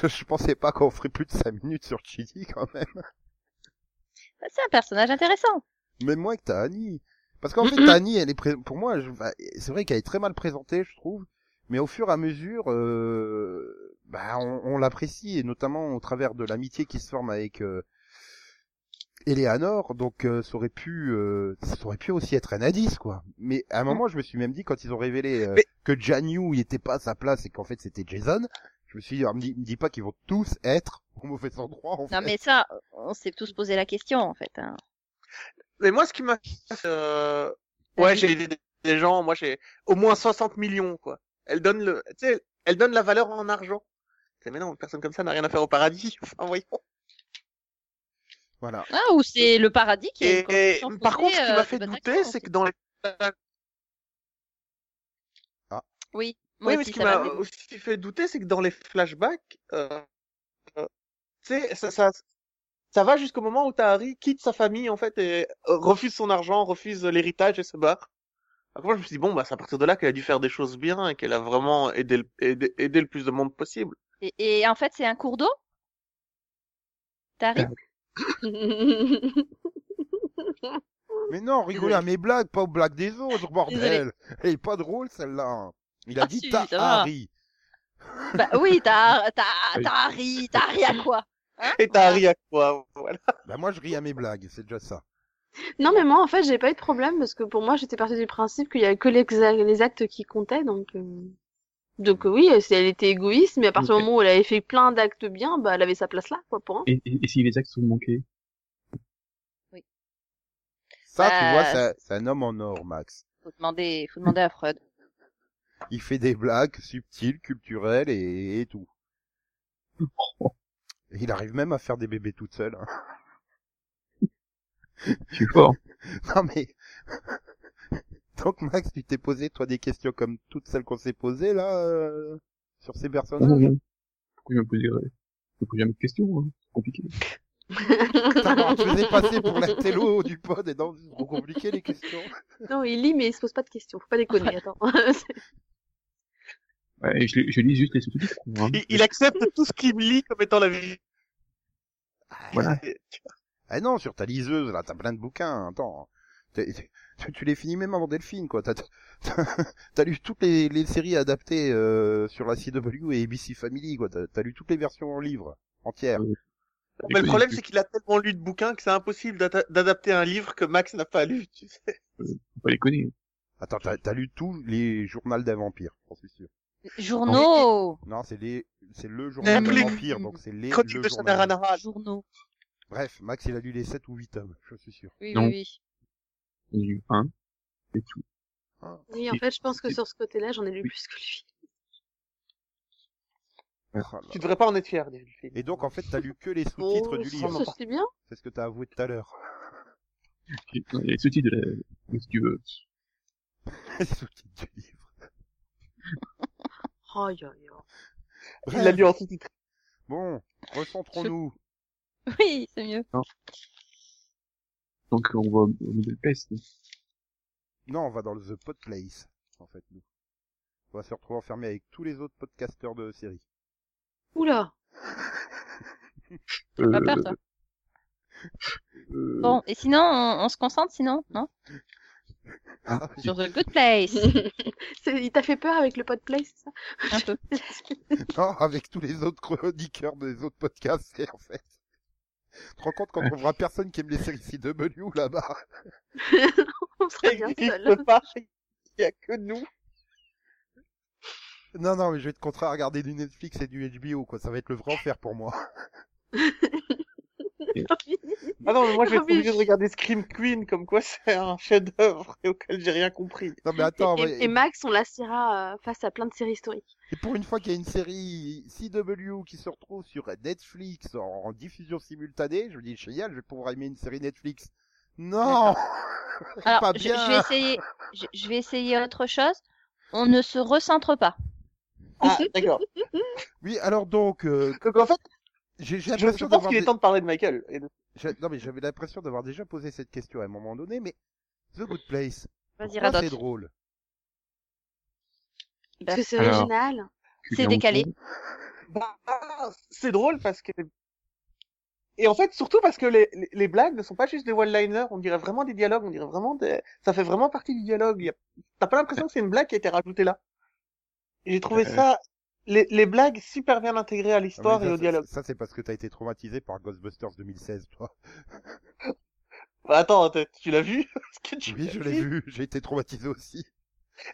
A: Je, je pensais pas qu'on ferait plus de 5 minutes sur Chili, quand même.
D: Bah, C'est un personnage intéressant.
A: Même moins que Tahani. Parce qu'en fait, Tahani, elle est pré- pour moi, je- bah, c'est vrai qu'elle est très mal présentée, je trouve. Mais au fur et à mesure, euh, bah, on, on l'apprécie, et notamment au travers de l'amitié qui se forme avec euh, Eleanor. Donc, euh, ça aurait pu, euh, ça aurait pu aussi être un indice, quoi. Mais à un
D: Mm.
A: moment, je me suis même dit quand ils ont révélé euh,
E: Mais-
A: que Janu il était pas à sa place et qu'en fait c'était Jason, je me suis dit, ah, me dis, me dis pas qu'ils vont tous être au mauvais endroit. En
D: Non,
A: fait.
D: mais ça, on s'est tous posé la question en fait. hein.
E: Mais moi ce qui m'a... euh,
D: La
E: Ouais
D: vie.
E: j'ai aidé des gens, moi j'ai au moins 60 millions quoi. Elle donne le... Tu sais, elle donne la valeur en argent. C'est, Mais non, une personne comme ça n'a rien à faire au paradis. Enfin, voyons.
A: Voilà.
D: Ah, ou c'est le paradis qui est.
E: Euh, Et,
D: une conception
E: et par
D: faussée,
E: contre, ce qui
D: euh,
E: m'a
D: de
E: fait
D: bonne
E: douter,
D: action,
E: c'est que dans les...
D: Oui,
E: Oui,
D: moi
E: mais
D: aussi,
E: ce qui
D: ça
E: m'a
D: m'a fait-
E: aussi fait douter, c'est que dans les flashbacks, euh, euh, tu sais, ça, ça, ça va jusqu'au moment où Tahari quitte sa famille, en fait, et euh, refuse son argent, refuse l'héritage et se barre. Donc moi, je me suis dit, bon, bah, c'est à partir de là qu'elle a dû faire des choses bien et qu'elle a vraiment aidé le, aidé, aidé le plus de monde possible.
D: Et, et en fait, c'est un cours d'eau T'arrives
A: Mais non, rigolez à mes blagues, pas aux blagues des autres, bordel.
D: Désolée.
A: Elle est pas drôle, celle-là. hein. Il a
D: Ah,
A: dit
D: si,
A: ta
D: ça va.
A: Harry.
D: Bah oui, t'as t'as
B: Oui.
D: t'as ri, t'as ri à quoi Hein
E: Et Tahari à quoi? Voilà.
A: Bah, moi, je ris à mes blagues, c'est déjà ça.
C: Non, mais moi, en fait, j'ai pas eu de problème parce que pour moi, j'étais partie du principe qu'il y avait que les, exa- les actes qui comptaient, donc. euh, Donc euh, oui, c'est- elle était égoïste, mais à partir du
B: Ok.
C: moment où elle avait fait plein d'actes bien, bah elle avait sa place là, quoi, pour un.
B: Et, et, et si les actes sont manqués
A: Ça, tu
D: Bah,
A: vois, c'est- c'est un homme en or, Max.
D: Faut demander, faut demander à Freud.
A: Il fait des blagues subtiles, culturelles et, et tout. Et il arrive même à faire des bébés toute seule. hein.
B: Je suis fort.
A: Non, mais... Donc, Max, tu t'es posé, toi, des questions comme toutes celles qu'on s'est posées, là, euh, sur ces
B: Non, non,
A: personnages
E: Mmh.
B: non. Pourquoi je me posais, je me posais jamais de questions, hein. C'est compliqué.
A: Putain, non, je faisais passer pour la télo du pod et non, c'est trop compliqué, les questions.
C: Non, il lit, mais il se pose pas de questions. Faut pas déconner, attends.
B: Ouais, et je, les- je lis juste les sous-titres. hein.
E: Il, il accepte tout ce qu'il lit comme étant la vie.
B: Voilà.
E: Et-
A: Ah non, sur ta liseuse, là, t'as plein de bouquins, attends. T'es- t'es- Tu, tu les finis même avant Delphine, quoi. T'as, t'as- t'as lu toutes les, les séries adaptées euh, sur la CW et ABC Family, quoi. T'as, t'as lu toutes les versions en livre, entières. Ah,
E: Mais le
B: Écoute,
E: problème,
B: écoute.
E: c'est qu'il a tellement lu de bouquins que c'est impossible d'ata- d'adapter un livre que Max n'a pas lu, tu sais.
B: Faut pas les connaître.
A: Attends, t'as, t'as lu tous les journaux d'un vampire, j'en suis sûr.
D: Journaux
A: Non, c'est les, c'est le journal
E: Les-
A: d'un vampire, donc c'est les
E: Chronique
A: le
E: de
A: journal.
E: Shannara
D: Ah, Journaux.
A: Bref, Max, il a lu les 7 ou 8 tomes, je suis sûr.
D: Oui,
B: Non.
D: oui, oui.
B: Il y a eu un, c'est tout.
C: Oui, en fait, je pense que sur ce côté-là, j'en ai lu plus que lui.
A: Oh là là.
E: Tu devrais pas en être fier, Delphine.
A: Et donc, en fait, t'as lu que les sous-titres
E: Oh,
A: du
E: sans
A: livre.
E: m'en-
C: Ça, c'est bien.
A: C'est ce que t'as avoué tout à l'heure.
B: Il y a les sous-titres de la, de ce que tu veux.
A: les sous-titres du livre.
C: Oh, yo, yo.
E: Il l'a
A: Bref,
E: lu en sous-titre.
A: bon, recentrons-nous.
D: Oui, c'est mieux.
B: Donc, on va au Middle Place.
A: Non, on va dans le The Pod Place, en fait, nous. On va se retrouver enfermé avec tous les autres podcasteurs de série.
C: Oula.
B: Euh,
D: Pas peur, toi.
B: euh,
D: Bon, et sinon, on, on se concentre, sinon, non
B: ah,
D: Sur The Good Place,
C: C'est- Il t'a fait peur avec le pod play, c'est ça
D: un peu.
A: Non, avec tous les autres chroniqueurs des autres podcasts, c'est en fait. Tu te rends compte qu'on trouvera personne qui aime les séries CW là-bas
C: On
E: Ça
C: serait bien seul.
E: n'existe pas. Il y a que nous.
A: Non, non, mais je vais te contraire à regarder du Netflix et du HBO, quoi. Ça va être le vrai enfer pour moi.
E: Ah non, mais moi je vais
C: Ah
E: être obligé
C: oui.
E: de regarder Scream Queen comme quoi c'est un chef-d'œuvre et auquel j'ai rien compris.
A: Non, mais attends,
C: et,
A: mais-
C: et- et Max, on l'assira euh, face à plein de séries historiques.
A: Et pour une fois qu'il y a une série CW qui se retrouve sur Netflix en, en diffusion simultanée, je me dis, génial, je vais pouvoir aimer une série Netflix. Non
D: Alors,
A: Pas
D: je,
A: bien.
D: je vais essayer, je, je vais essayer autre chose. On ne se recentre pas.
E: Ah, d'accord.
A: Oui, alors donc, euh,
E: Donc en fait,
A: j'ai j'ai
E: je, je
A: l'impression
E: pense
A: d'avoir...
E: qu'il est
A: dé-
E: temps de parler de Michael. Et de-
A: j'ai- Non, mais j'avais l'impression d'avoir déjà posé cette question à un moment donné, mais The Good Place,
D: Vas-y,
A: pourquoi c'est
D: radote.
A: drôle Ah
C: Parce que c'est
B: Alors.
C: original.
D: C'est décalé.
E: Bah, c'est drôle parce que... Et en fait, surtout parce que les, les, les blagues ne sont pas juste des one-liners, on dirait vraiment des dialogues, on dirait vraiment des... Ça fait vraiment partie du dialogue. il y a- T'as pas l'impression que c'est une blague qui a été rajoutée là. Et J'ai trouvé
B: Euh.
E: ça... Les, les blagues super bien intégrées à
A: Ah, mais
E: l'histoire
A: ça,
E: et au
A: ça-
E: dialogue.
A: Ça, c'est parce que t'as été traumatisé par Ghostbusters 2016, toi.
E: Bah, attends, t'as- tu l'as vu Est-ce que tu
A: Oui,
E: l'as
A: je l'ai vu, j'ai été traumatisé aussi.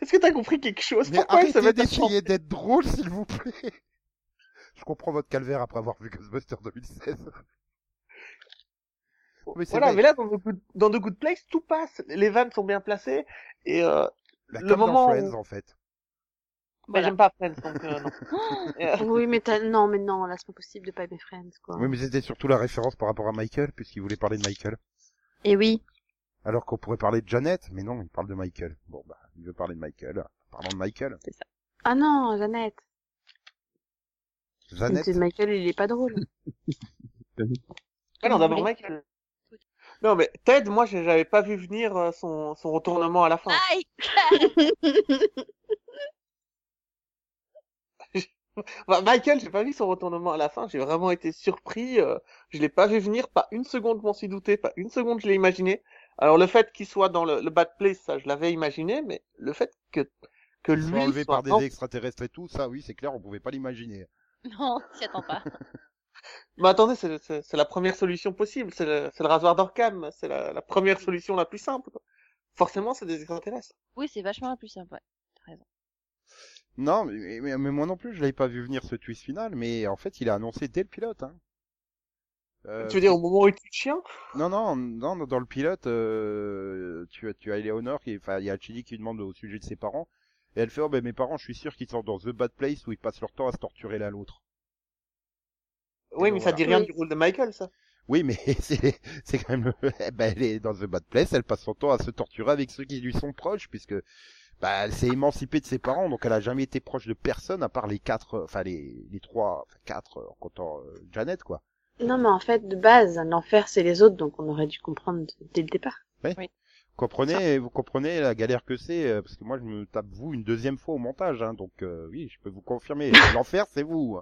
E: Est-ce que t'as compris quelque chose
A: Mais
E: Pourquoi ils se
A: arrêtez
E: mettent à chanter
A: d'essayer d'être drôle, s'il vous plaît Je comprends votre calvaire après avoir vu Ghostbusters 2016. Mais c'est
E: Voilà,
A: vrai.
E: mais là, dans The, Good, dans The Good Place, tout passe. Les vannes sont bien placées. Et euh,
A: Bah,
E: Le
A: comme dans
E: moment où-
A: Friends, en fait.
E: bah,
D: Voilà.
E: j'aime pas Friends, donc euh, non. Et, euh,
C: oui, mais t'as- non, mais non, là, c'est pas possible de pas aimer Friends, quoi.
A: Oui, mais c'était surtout la référence par rapport à Michael, puisqu'il voulait parler de Michael.
D: Et Eh oui.
A: Alors qu'on pourrait parler de Janet, mais non, il parle de Michael. Bon, bah, il veut parler de Michael. Parlons de Michael.
C: Ah non, Jeannette.
A: Janet,
C: Monsieur Michael, il est pas drôle.
E: ouais, non, d'abord,
D: Oui.
E: mec. euh, Non, mais Ted, moi, j'ai- j'avais pas vu venir euh, son, son retournement à la fin.
D: Aïe
E: Bah, Michael, j'ai pas vu son retournement à la fin. J'ai vraiment été surpris. euh, je l'ai pas vu venir. Pas une seconde, je m'en suis douté. Pas une seconde, je l'ai imaginé. Alors, le fait qu'il soit dans le, le bad place, ça, je l'avais imaginé. Mais le fait que que
A: ils sont
E: lui
A: enlevés
E: soit
A: par des
E: en-
A: extraterrestres et tout, ça, oui, c'est clair, on pouvait pas l'imaginer.
D: Non, t'y attends pas.
E: Mais attendez, c'est- c'est c'est la première solution possible. C'est le, c'est le rasoir d'Orcam. C'est la, la première solution la plus simple. Forcément, c'est des extraterrestres.
D: Oui, c'est vachement plus simple. ouais.
A: Non, mais, mais, mais moi non plus, je l'avais pas vu venir ce twist final, mais en fait, il a annoncé dès le pilote, hein. Euh,
E: Tu veux dire au moment où il tue le chien
A: Non, non, non, non, dans le pilote, euh, tu, as- tu as Eleonore, qui, enfin, il y a Chili qui demande au sujet de ses parents, et elle fait, oh, ben, mes parents, je suis sûr qu'ils sont dans The Bad Place où ils passent leur temps à se torturer l'un l'autre.
E: Oui,
A: bon,
E: mais ça
A: voilà.
E: dit rien
C: Oui.
E: du rôle de Michael, ça.
A: Oui, mais c'est, c'est quand même, le- eh ben, elle est dans The Bad Place, elle passe son temps à se torturer avec ceux qui lui sont proches, puisque, bah, elle s'est émancipée de ses parents, donc elle a jamais été proche de personne, à part les quatre, euh, enfin, les, les trois, enfin, quatre, euh, en comptant euh, Janet, quoi.
C: non, mais en fait, de base, l'enfer, c'est les autres, donc on aurait dû comprendre dès le départ.
A: Vous comprenez, vous comprenez la galère que c'est, euh, parce que moi je me tape vous une deuxième fois au montage, hein, donc euh, oui, je peux vous confirmer, l'enfer c'est vous.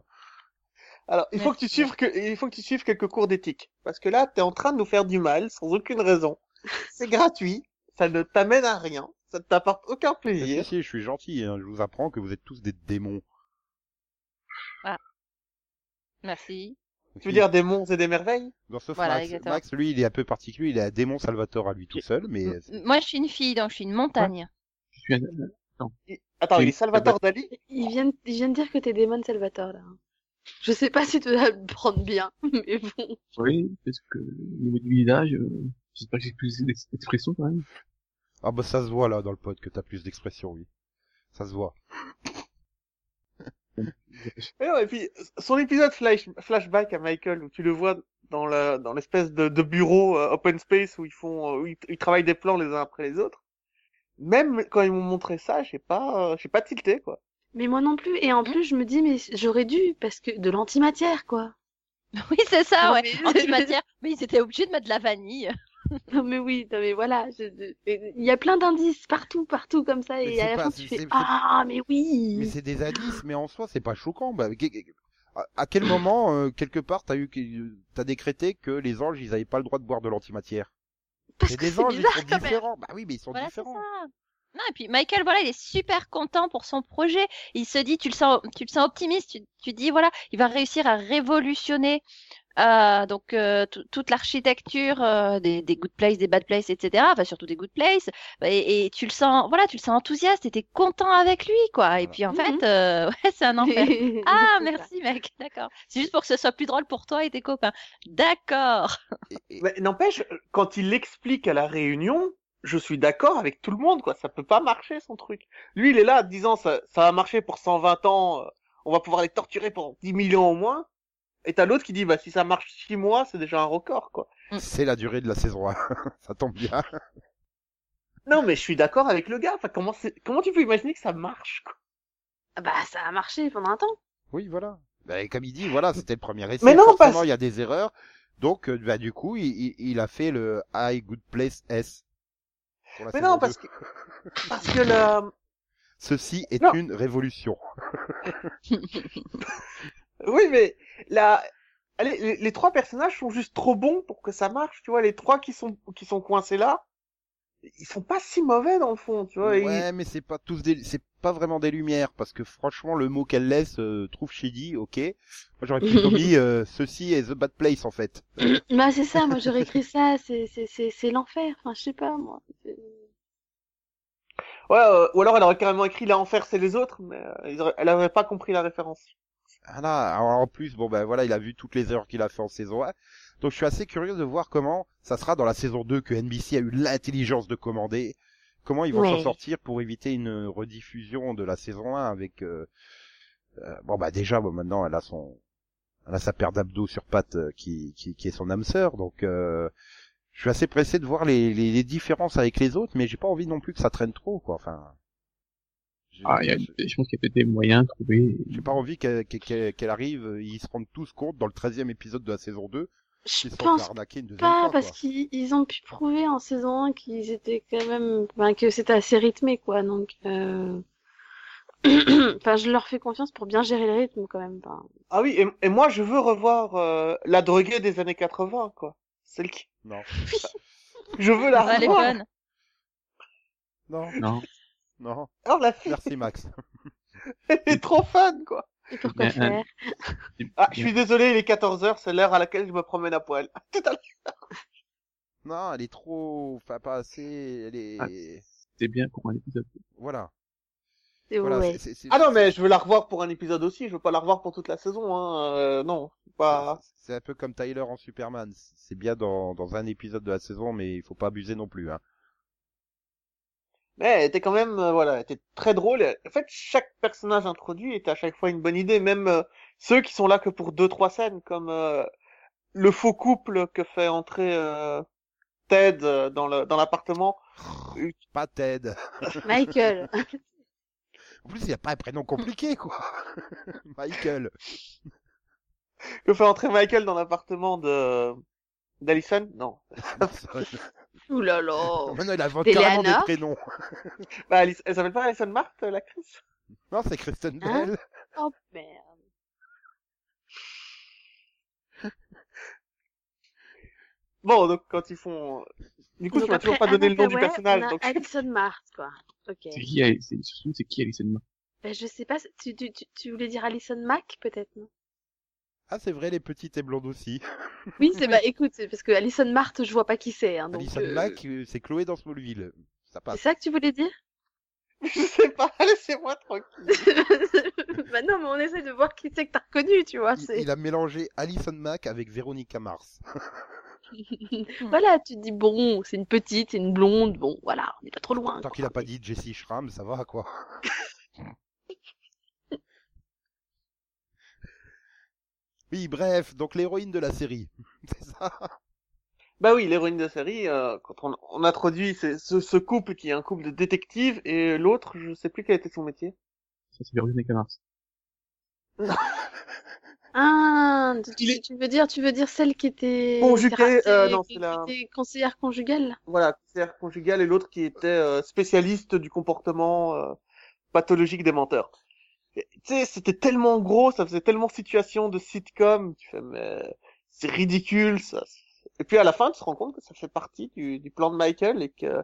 E: Alors, il faut que
D: Merci.
E: tu suives que, il faut que tu suives quelques cours d'éthique. Parce que là, t'es en train de nous faire du mal sans aucune raison. C'est gratuit. Ça ne t'amène à rien. Ça ne t'apporte aucun
A: Si,
E: plaisir.
A: si, je suis gentil, hein, je vous apprends que vous êtes tous des démons.
D: Merci.
E: Tu veux dire des monts et des merveilles
A: Non, sauf
D: Voilà,
A: Max.
D: exactement.
A: Max, lui, il est un peu particulier, il est un démon Salvatore à lui tout seul, mais
D: M- Moi, je suis une fille, donc je suis une montagne.
B: Je suis un-
E: Il- Attends,
B: Oui.
A: Eh ben,
E: il est Salvatore Dali
C: Ils viennent, ils viennent dire que t'es démon Salvatore, là. Je sais pas si tu vas le prendre bien, mais bon.
B: Oui, parce que au niveau du visage, euh, j'espère que j'ai plus d'ex- d'expression quand même.
A: Ah bah ça se voit là dans le pod que t'as plus d'expression, oui. Ça se voit.
E: Et, non, et puis, son épisode flash, flashback à Michael, où tu le vois dans la, dans l'espèce de, de bureau euh, open space où ils font, euh, où ils, ils travaillent des plans les uns après les autres. Même quand ils m'ont montré ça, j'ai pas, euh, j'ai pas tilté, quoi.
C: Mais moi non plus. Et en plus, je me dis, mais j'aurais dû, parce que de l'antimatière, quoi.
D: Oui, c'est ça,
C: Non,
D: ouais.
C: mais-
D: Antimatière. Mais ils étaient obligés de mettre de la vanille.
C: Non mais oui, non mais voilà. je- je- Il y a plein d'indices partout, partout comme ça.
A: Mais
C: Et
A: c'est
C: à la
A: pas-
C: fin,
A: c'est-
C: tu
A: c'est-
C: fais,
A: c'est-
C: ah, mais oui.
A: Mais c'est des indices, mais en soi c'est pas choquant. Bah, que- que- à- à quel moment euh, quelque part t'as eu que- t'as décrété que les anges ils avaient pas le droit de boire de l'antimatière
C: Parce
A: C'est
C: que
A: des
C: c'est
A: anges,
C: bizarre
A: ils sont
C: quand même.
A: différents. Bah oui, mais ils sont
D: Voilà, c'est ça.
A: différents.
D: Non, et puis Michael, voilà, il est super content pour son projet. Il se dit, tu le sens, tu le sens optimiste. Tu, tu dis, voilà, il va réussir à révolutionner euh, donc euh, tout- toute l'architecture euh, des, des good places, des bad places, etc. Enfin, surtout des good places. Et, et tu le sens, voilà, tu le sens enthousiaste. Et t'es content avec lui, quoi. Et
A: Voilà.
D: puis en
C: Mhm.
D: fait, euh, ouais, c'est un enfer. Ah,
C: C'est ça.
D: merci, mec. D'accord. C'est juste pour que ce soit plus drôle pour toi et tes copains. D'accord.
E: Mais n'empêche, quand il l'explique à la réunion, je suis d'accord avec tout le monde, quoi. Ça peut pas marcher, son truc. Lui, il est là, disant, ça, ça va marcher pour 120 ans, euh, on va pouvoir les torturer pour 10 millions au moins. Et t'as l'autre qui dit, bah, si ça marche 6 mois, c'est déjà un record, quoi.
A: C'est la durée de la saison 1. ça tombe bien.
E: Non, mais je suis d'accord avec le gars. Enfin, comment c'est, comment tu peux imaginer que ça marche, quoi.
C: Ah Bah ça a marché pendant un temps.
A: Oui, voilà. Ben, comme il dit, voilà, c'était le premier essai.
E: Mais non,
A: Forcément,
E: parce-
A: il y a des erreurs. Donc, euh, bah, du coup, il, il, il a fait le High Good Place S. pour la
E: Mais
A: saison
E: non,
A: 2.
E: parce que, parce que la,
A: Ceci est
E: Non.
A: une révolution.
E: Oui, mais la... Allez, les, les trois personnages sont juste trop bons pour que ça marche, tu vois. Les trois qui sont qui sont coincés là, ils sont pas si mauvais dans le fond, tu vois.
A: Ouais,
E: et-
A: mais c'est pas tous des, c'est pas vraiment des lumières, parce que franchement, le mot qu'elle laisse euh, trouve shady, ok. Moi, j'aurais plutôt mis euh, ceci est the bad place en fait.
C: bah c'est ça. Moi j'aurais écrit ça. C'est c'est c'est c'est l'enfer. Enfin je sais pas moi. C'est-
E: Ouais, euh, ou alors elle aurait carrément écrit l'enfer c'est les autres, mais euh, ils auraient- elle aurait pas compris la référence.
A: Ah là, alors en plus, bon ben voilà, il a vu toutes les erreurs qu'il a fait en saison 1. Donc je suis assez curieux de voir comment ça sera dans la saison 2 que NBC a eu l'intelligence de commander. Comment ils vont
C: Ouais.
A: s'en sortir pour éviter une rediffusion de la saison 1 avec... euh, euh, bon bah déjà, bon, maintenant elle a son... Elle a sa paire d'abdos sur pattes euh, qui, qui, qui est son âme sœur, donc euh, je suis assez pressé de voir les, les, les différences avec les autres, mais j'ai pas envie non plus que ça traîne trop, quoi. Enfin, j'ai-
B: Ah, il y a, je pense qu'il y a peut-être des moyens de trouver.
A: j'ai pas envie qu'elle qu'elle- qu'elle- qu'elle arrive, euh, ils se rendent tous compte dans le 13 e épisode de la saison 2
C: Je
A: qu'ils se sont fait
C: pense
A: arnaquer une deuxième
C: pas
A: fois.
C: parce
A: quoi.
C: qu'ils ils ont pu prouver en saison 1 qu'ils étaient quand même ben, que c'était assez rythmé quoi donc euh... enfin je leur fais confiance pour bien gérer le rythme quand même enfin,
E: Ah oui, et, et moi je veux revoir euh, la droguée des années 80, quoi. Celle qui.
A: Non.
E: Je veux la
A: Bah,
D: Ouais, Bah, elle est
E: revoir.
D: bonne.
A: Non,
B: Non.
A: non,
E: Alors Oh, la fille,
A: merci Max.
E: elle est trop fun, quoi.
C: et pourquoi
B: Mais,
C: faire
E: Ah, je suis désolé, il est 14 h c'est l'heure à laquelle je me promène à poil. À Tout à l'heure.
A: Non, elle est trop, enfin pas assez, elle est...
B: Ah. C'était bien pour un épisode.
A: Voilà.
C: Et
A: voilà
C: ouais.
A: c'est- c'est- c'est-
E: Ah non, mais je veux la revoir pour un épisode aussi, je veux pas la revoir pour toute la saison, hein. Euh, non, c'est pas...
A: c'est- C'est un peu comme Tyler en Superman. C'est bien dans, dans un épisode de la saison, mais il faut pas abuser non plus. Hein.
E: Mais elle était quand même, euh, voilà, elle était très drôle. En fait, chaque personnage introduit était à chaque fois une bonne idée, même euh, ceux qui sont là que pour deux, trois scènes, comme euh, le faux couple que fait entrer euh, Ted euh, dans le dans l'appartement.
A: Pas Ted.
C: Michael
A: En plus, il a pas un prénom compliqué, quoi. Michael.
E: Que fait entrer Michael dans l'appartement de... d'Alison Non.
C: Ouh là là
A: Maintenant, il invente
C: Des
A: carrément des
C: Léana.
A: prénoms.
E: Bah, Alice... Elle s'appelle pas Alison Marthe, l'actrice
A: Non, c'est Kristen
C: Hein
A: Bell.
C: oh merde
E: Bon, donc quand ils font... Du coup,
C: Donc
E: tu m'as toujours
C: après
E: pas donné le nom
C: Anna
E: du
C: Gawa,
E: personnage,
C: on a
E: donc...
C: Alison Mart quoi ok
B: C'est qui, elle- c'est, surtout, c'est qui Alison Mack
C: ben, je sais pas c'est- tu, tu, tu- tu voulais dire Alison Mack peut-être non
A: Ah, c'est vrai, les petites et blondes aussi.
C: oui c'est bah écoute c'est parce que Alison Mart je vois pas qui c'est hein, donc
A: Alison
C: euh,
A: Mack, euh, c'est Chloé dans Smallville. Ça
C: c'est
A: passe.
C: ça que tu voulais dire
E: Je sais pas, laissez-moi tranquille.
C: bah non, mais on essaie de voir qui c'est que t'as reconnu, tu
A: Il,
C: vois. Ah, c'est
A: il a mélangé Alison Mack avec Véronica Mars.
C: Voilà, Bah tu te dis, bon, c'est une petite, c'est une blonde, bon, voilà, on est pas trop loin.
A: Tant
C: quoi.
A: qu'il a pas dit Jessie Schramm, ça va quoi. Oui, bref, donc l'héroïne de la série, c'est ça
E: Bah oui, l'héroïne de la série, euh, quand on, on introduit ce, ce, ce couple qui est un couple de détectives et l'autre, je sais plus quel était son métier.
B: Ça, c'est Véronique Mars.
C: Ah, tu-
E: Il
C: tu, tu veux dire, tu veux dire celle qui était
E: Conjugée,
C: qui était-
E: euh, non,
C: qui
E: c'est la-
C: était conseillère conjugale.
E: Voilà, conseillère conjugale et l'autre qui était euh, spécialiste du comportement euh, pathologique des menteurs. Et, Tu sais, c'était tellement gros, ça faisait tellement situation de sitcom. Tu fais, mais c'est ridicule ça. Et puis à la fin, tu te rends compte que ça fait partie du, du plan de Michael et que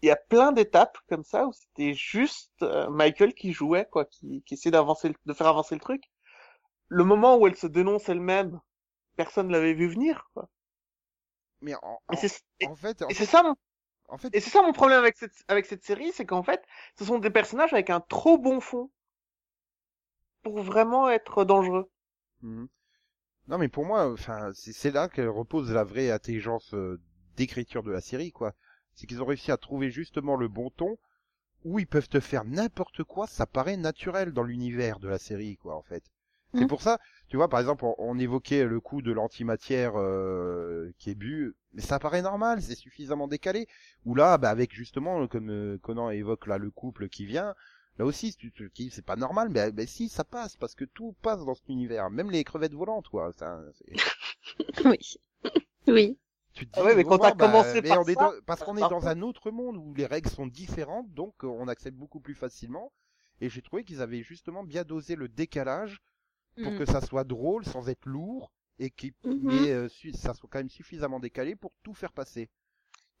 E: il y a plein d'étapes comme ça où c'était juste euh, Michael qui jouait quoi, qui, qui essayait d'avancer, le- de faire avancer le truc. Le moment où elle se dénonce elle-même, personne ne l'avait vu venir. Quoi.
A: Mais en,
E: Et c'est
A: en- en fait, en,
E: et c'est ça mon
A: en fait,
E: et c'est ça mon problème avec cette, avec cette série, c'est qu'en fait, ce sont des personnages avec un trop bon fond pour vraiment être dangereux.
A: Mhm. Non, mais pour moi, enfin, c'est c'est là qu'elle repose la vraie intelligence euh, d'écriture de la série, quoi. C'est qu'ils ont réussi à trouver justement le bon ton où ils peuvent te faire n'importe quoi, ça paraît naturel dans l'univers de la série, quoi, en fait. C'est
D: Mhm.
A: pour ça, tu vois, par exemple, on, on évoquait le coup de l'antimatière euh, qui est bu, mais ça paraît normal, c'est suffisamment décalé. Ou là, bah, avec justement, comme euh, Conan évoque là, le couple qui vient, Là aussi, tu te dis, c'est pas normal, mais, mais si, ça passe, parce que tout passe dans cet univers, même les crevettes volantes, quoi. Ça, c'est-
D: oui.
C: Oui.
A: tu te
E: Ah ouais, mais
A: au
E: quand t'as
A: revoir,
E: commencé
A: mais
E: par
A: on est
E: ça,
A: dans- parce qu'on est
E: par
A: dans
E: contre-
A: un autre monde où les règles sont différentes, donc euh, on accepte beaucoup plus facilement. Et j'ai trouvé qu'ils avaient justement bien dosé le décalage pour
D: Mm.
A: que ça soit drôle sans être lourd et qui
C: Mhm.
E: Mm-hmm.
A: mais euh, su- ça soit quand même suffisamment décalé pour tout faire passer.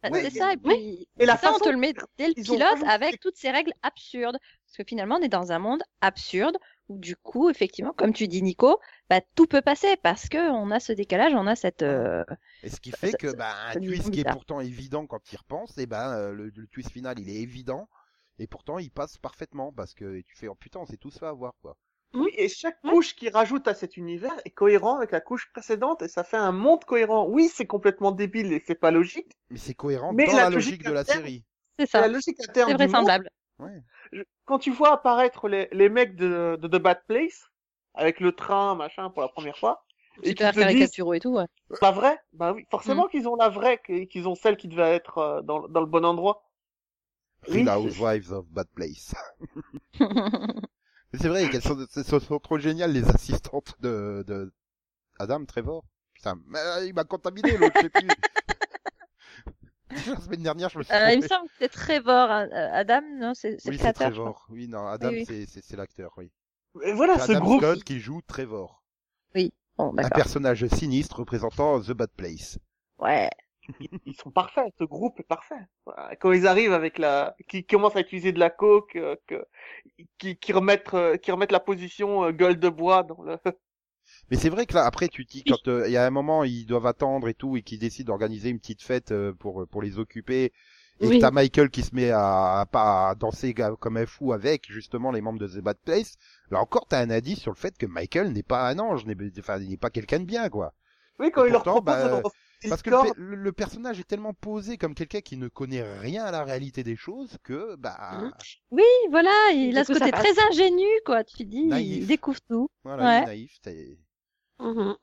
D: Bah,
E: Oui,
D: c'est
E: il y a-
D: ça, et puis
E: Et la
D: ça, on
E: façon-
D: te le met dès le
E: ils ont
D: pilote
E: vraiment-
D: avec toutes ces règles absurdes. Parce que finalement, on est dans un monde absurde où du coup, effectivement, comme tu dis Nico, bah, tout peut passer parce que on a ce décalage, on a cette... euh,
A: Et ce qui
D: Ça-
A: fait
D: ça-
A: que
D: ça-
A: bah, un
D: ça devient
A: twist qui est
D: bizarre.
A: pourtant évident quand il repense, et ben euh, le, le twist final il est évident et pourtant il passe parfaitement parce que et tu fais oh putain c'est tout ça à voir quoi.
D: Mmh.
E: Oui, et chaque couche qui rajoute à cet univers est cohérent avec la couche précédente et ça fait un monde cohérent. Oui, c'est complètement débile et c'est pas logique.
A: Mais c'est cohérent
E: Mais
A: dans
E: la
A: la
E: logique
A: logique de la
E: interne-
A: série.
D: C'est
E: C'est
D: ça,
E: la logique
D: c'est
E: interne du monde.
D: vraisemblable.
E: Je- Quand tu vois apparaître les, les mecs de, de The Bad Place avec le train, machin, pour la première fois, et qui
D: Super
E: te disent
D: caricaturaux et tout. ouais.
E: la vraie, bah oui,
D: Mmh.
E: forcément qu'ils ont la vraie, qu'- qu'ils ont celle qui devait être euh, dans, dans le bon endroit.
A: Real Housewives of Bad Place. Mais c'est vrai qu'elles sont, ce sont, sont trop géniales les assistantes de, de Adam Trevor. Putain mais, euh, il m'a contaminé l'autre je sais plus. la semaine dernière je me suis
D: Euh, il
A: trompé.
D: me semble que c'est Trevor, hein, euh, Adam, non, c'est c'est
A: Oui
D: le
A: c'est
D: créateur. je crois.
A: Trevor. Oui non Adam
D: oui. Ah,
A: c'est- c'est c'est l'acteur oui.
E: Et voilà,
A: C'est
E: ce
A: Adam
E: groupe,
A: Scott qui joue Trevor.
D: Bon,
A: un
D: d'accord.
A: personnage sinistre représentant The Bad Place.
D: Ouais.
E: ils sont parfaits, ce groupe est parfait. Voilà, Quand ils arrivent avec la, qui commencent à utiliser de la coke, euh, que, qui, qui remettent, euh, qui remettent la position euh, gueule de bois dans le.
A: Mais c'est vrai que là, après, tu te dis, quand euh, il y a un moment, ils doivent attendre et tout, et qu'ils décident d'organiser une petite fête euh, pour pour les occuper, et
C: Oui.
A: que t'as Michael qui se met à, à pas à danser ga- comme un fou avec justement les membres de The Bad Place. Là encore, t'as un indice sur le fait que Michael n'est pas un ange, n'est enfin, il n'est pas quelqu'un de bien, quoi.
E: Oui, quand
A: Et
E: ils leur
A: pourtant,
E: proposent
A: bah,
E: dans le
A: Parce que le,
E: Discord,
A: pe- le- le personnage est tellement posé comme quelqu'un qui ne connaît rien à la réalité des choses que
E: Mmh.
A: bah
C: Mhm.
D: Oui, voilà, il
C: Du
D: a ce
C: coup, ça
D: côté
C: passe.
D: très ingénu, quoi. Tu te dis,
A: Naïf.
D: il découvre tout.
A: voilà, il est
D: Ouais.
A: naïf, t'es-
C: Mhm.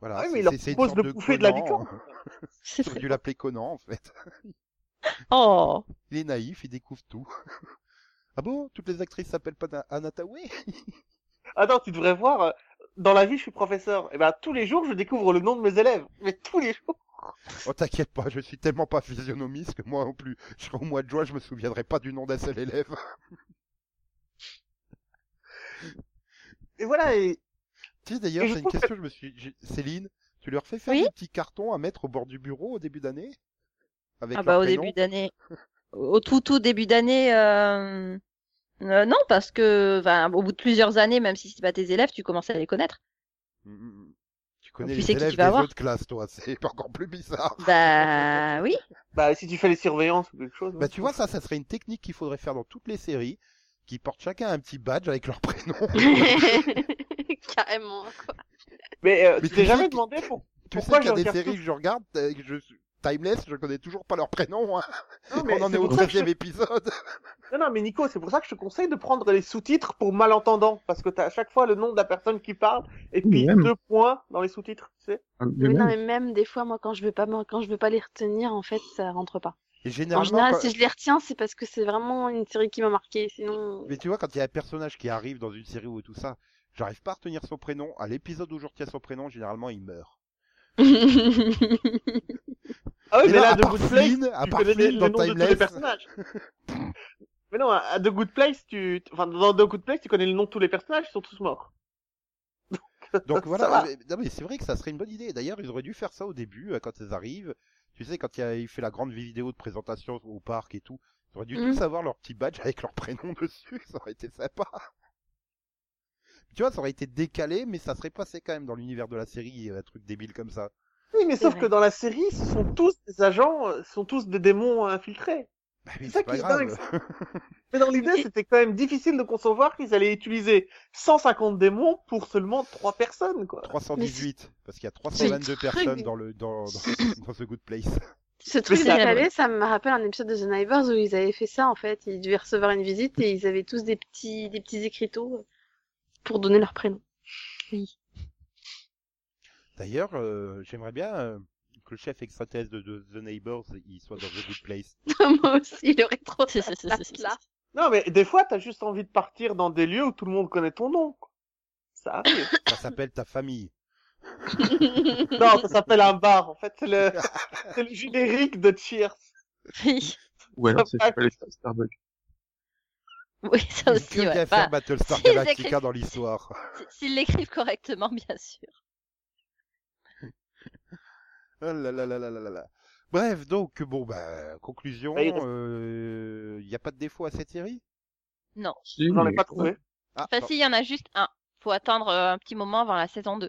A: voilà,
E: Ah oui, mais
A: c'est-
E: il leur
A: c'est- c'est une
E: propose
A: sorte
E: de bouffer de la
A: Conan.
E: licorne.
D: C'est
A: J'aurais dû l'appeler Conan en fait.
D: Oh,
A: Il est naïf, il découvre tout. ah bon Toutes les actrices s'appellent pas Na- Anna Tawai
E: attends, tu devrais voir, euh, dans la vie, je suis professeur. Et ben, tous les jours, je découvre le nom de mes élèves. Mais tous les jours.
A: Oh t'inquiète pas, je suis tellement pas physionomiste que moi non plus. Je serai au mois de juin, je me souviendrai pas du nom d'un seul élève.
E: Et voilà, et,
A: tu sais d'ailleurs,
E: Et je
A: c'est une
E: trouve que-
A: question, je me suis... j'ai- Céline, tu leur fais faire
D: Oui
A: des petits cartons à mettre au bord du bureau au début d'année Avec
D: ah
A: leur
D: bah au
A: prénom
D: début d'année, au tout tout début d'année, euh... euh, non parce que, enfin, au bout de plusieurs années, même si c'est pas tes élèves, tu commences à les connaître.
A: Mm, mm, mm. Tu connais
D: Tu
A: les
D: sais qui
A: élèves
D: tu
A: des
D: vas avoir
A: autres classes, toi. C'est encore plus bizarre.
D: Bah oui.
E: Bah, si tu fais les surveillances ou quelque chose.
A: Bah,
E: hein.
A: tu vois, ça, ça serait une technique qu'il faudrait faire dans toutes les séries, qui portent chacun un petit badge avec leur prénom.
C: Carrément. Quoi.
E: Mais, euh,
A: Mais Bah,
E: tu
A: tu
E: t'es
A: sais
E: jamais
A: que-
E: demandé pour...
A: tu sais
E: Pourquoi
A: qu'il y a
E: je
A: des
E: regarde
A: séries que je regarde, euh, que je suis- Timeless, je connais toujours pas leur prénom. hein.
E: Non, mais
A: On en
E: c'est
A: est au
E: pour ça que je-
A: 13 épisode.
E: Non, non, mais Nico, c'est pour ça que je te conseille de prendre les sous-titres pour malentendants, parce que t'as à chaque fois le nom de la personne qui parle, et puis
B: même.
E: deux points dans les sous-titres, tu sais.
B: De
C: Mais non,
B: même.
C: mais même des fois, moi, quand je veux pas, moi, quand je veux pas les retenir, en fait, ça rentre pas.
A: Et
C: En
A: généralement,
C: général,
A: quand-
C: si je les retiens, c'est parce que c'est vraiment une série qui m'a marqué. Sinon,
A: Mais tu vois, quand il y a un personnage qui arrive dans une série ou tout ça, j'arrive pas à retenir son prénom. À l'épisode où je retiens son prénom, généralement, il meurt.
E: Ah oui,
A: Et
E: mais là,
A: à
E: The
A: part
E: Good Place,
A: Flynn, à
E: tu
A: part
E: connais les,
A: Flynn
E: les
A: dans
E: noms de tous les
A: Timeless,
E: personnages. mais non, à, à The Good Place, tu, enfin, dans The Good Place, tu connais le nom de tous les personnages, ils sont tous morts.
A: Donc
E: Ça
A: voilà,
E: va.
A: mais- non mais c'est vrai que ça serait une bonne idée. D'ailleurs, ils auraient dû faire ça au début euh, quand ils arrivent. Tu sais, quand il, y a- il fait la grande vidéo de présentation au parc et tout, ils auraient dû
E: Mm.
C: Mhm.
A: tous avoir leur petit badge avec leur prénom dessus. Ça aurait été sympa. Tu vois, ça aurait été décalé, mais ça serait passé quand même dans l'univers de la série, euh, un truc débile comme ça.
E: Oui, mais
C: C'est
E: sauf
C: vrai.
E: que dans la série, ce sont tous des agents, euh, ce sont tous des démons infiltrés.
A: Bah oui,
E: C'est ça
A: pas
E: qui est
A: grave.
E: dingue, Mais dans l'idée, c'était quand même difficile de concevoir qu'ils allaient utiliser 150 démons pour seulement trois personnes, quoi.
A: 318, parce qu'il y a
C: c'est
A: 322 personnes dans le dans, dans, dans ce Good Place.
C: ce truc
E: c'est la
C: décalé, ça me rappelle un épisode de The Neighbors où ils avaient fait ça, en fait. Ils devaient recevoir une visite et ils avaient tous des petits, des petits écriteaux pour donner leur prénom.
A: D'ailleurs, euh, j'aimerais bien euh, que le chef extraterrestre de, de The Neighbors il soit dans The Good Place.
C: Moi aussi, il aurait trop
D: Si, si, si,
C: la
D: si, si, si.
C: place.
E: Non, mais des fois, t'as juste envie de partir dans des lieux où tout le monde connaît ton nom. quoi. Ça arrive.
A: Ça s'appelle ta famille.
E: non, ça s'appelle un bar. En fait, c'est le, c'est le générique de Cheers.
D: Oui,
B: Ou alors, ça s'appelle le Starbucks.
D: oui ça aussi.
A: que
D: ouais. Bah,
A: vient
D: Enfin,
A: faire Battlestar
D: s'ils
A: Galactica
D: écrivent-
A: dans l'histoire
D: s- S'ils l'écrivent correctement, bien sûr.
A: Oh là là là là là là là. Bref, donc, bon, bah, conclusion,
E: Bah, il
A: il
E: reste-
A: n'y a pas de défaut à cette série
B: Si,
E: J'en ai
B: mais-
E: pas trouvé.
A: Ah,
D: Enfin, si, il y en a juste un. Faut attendre euh, un petit moment avant la saison 2.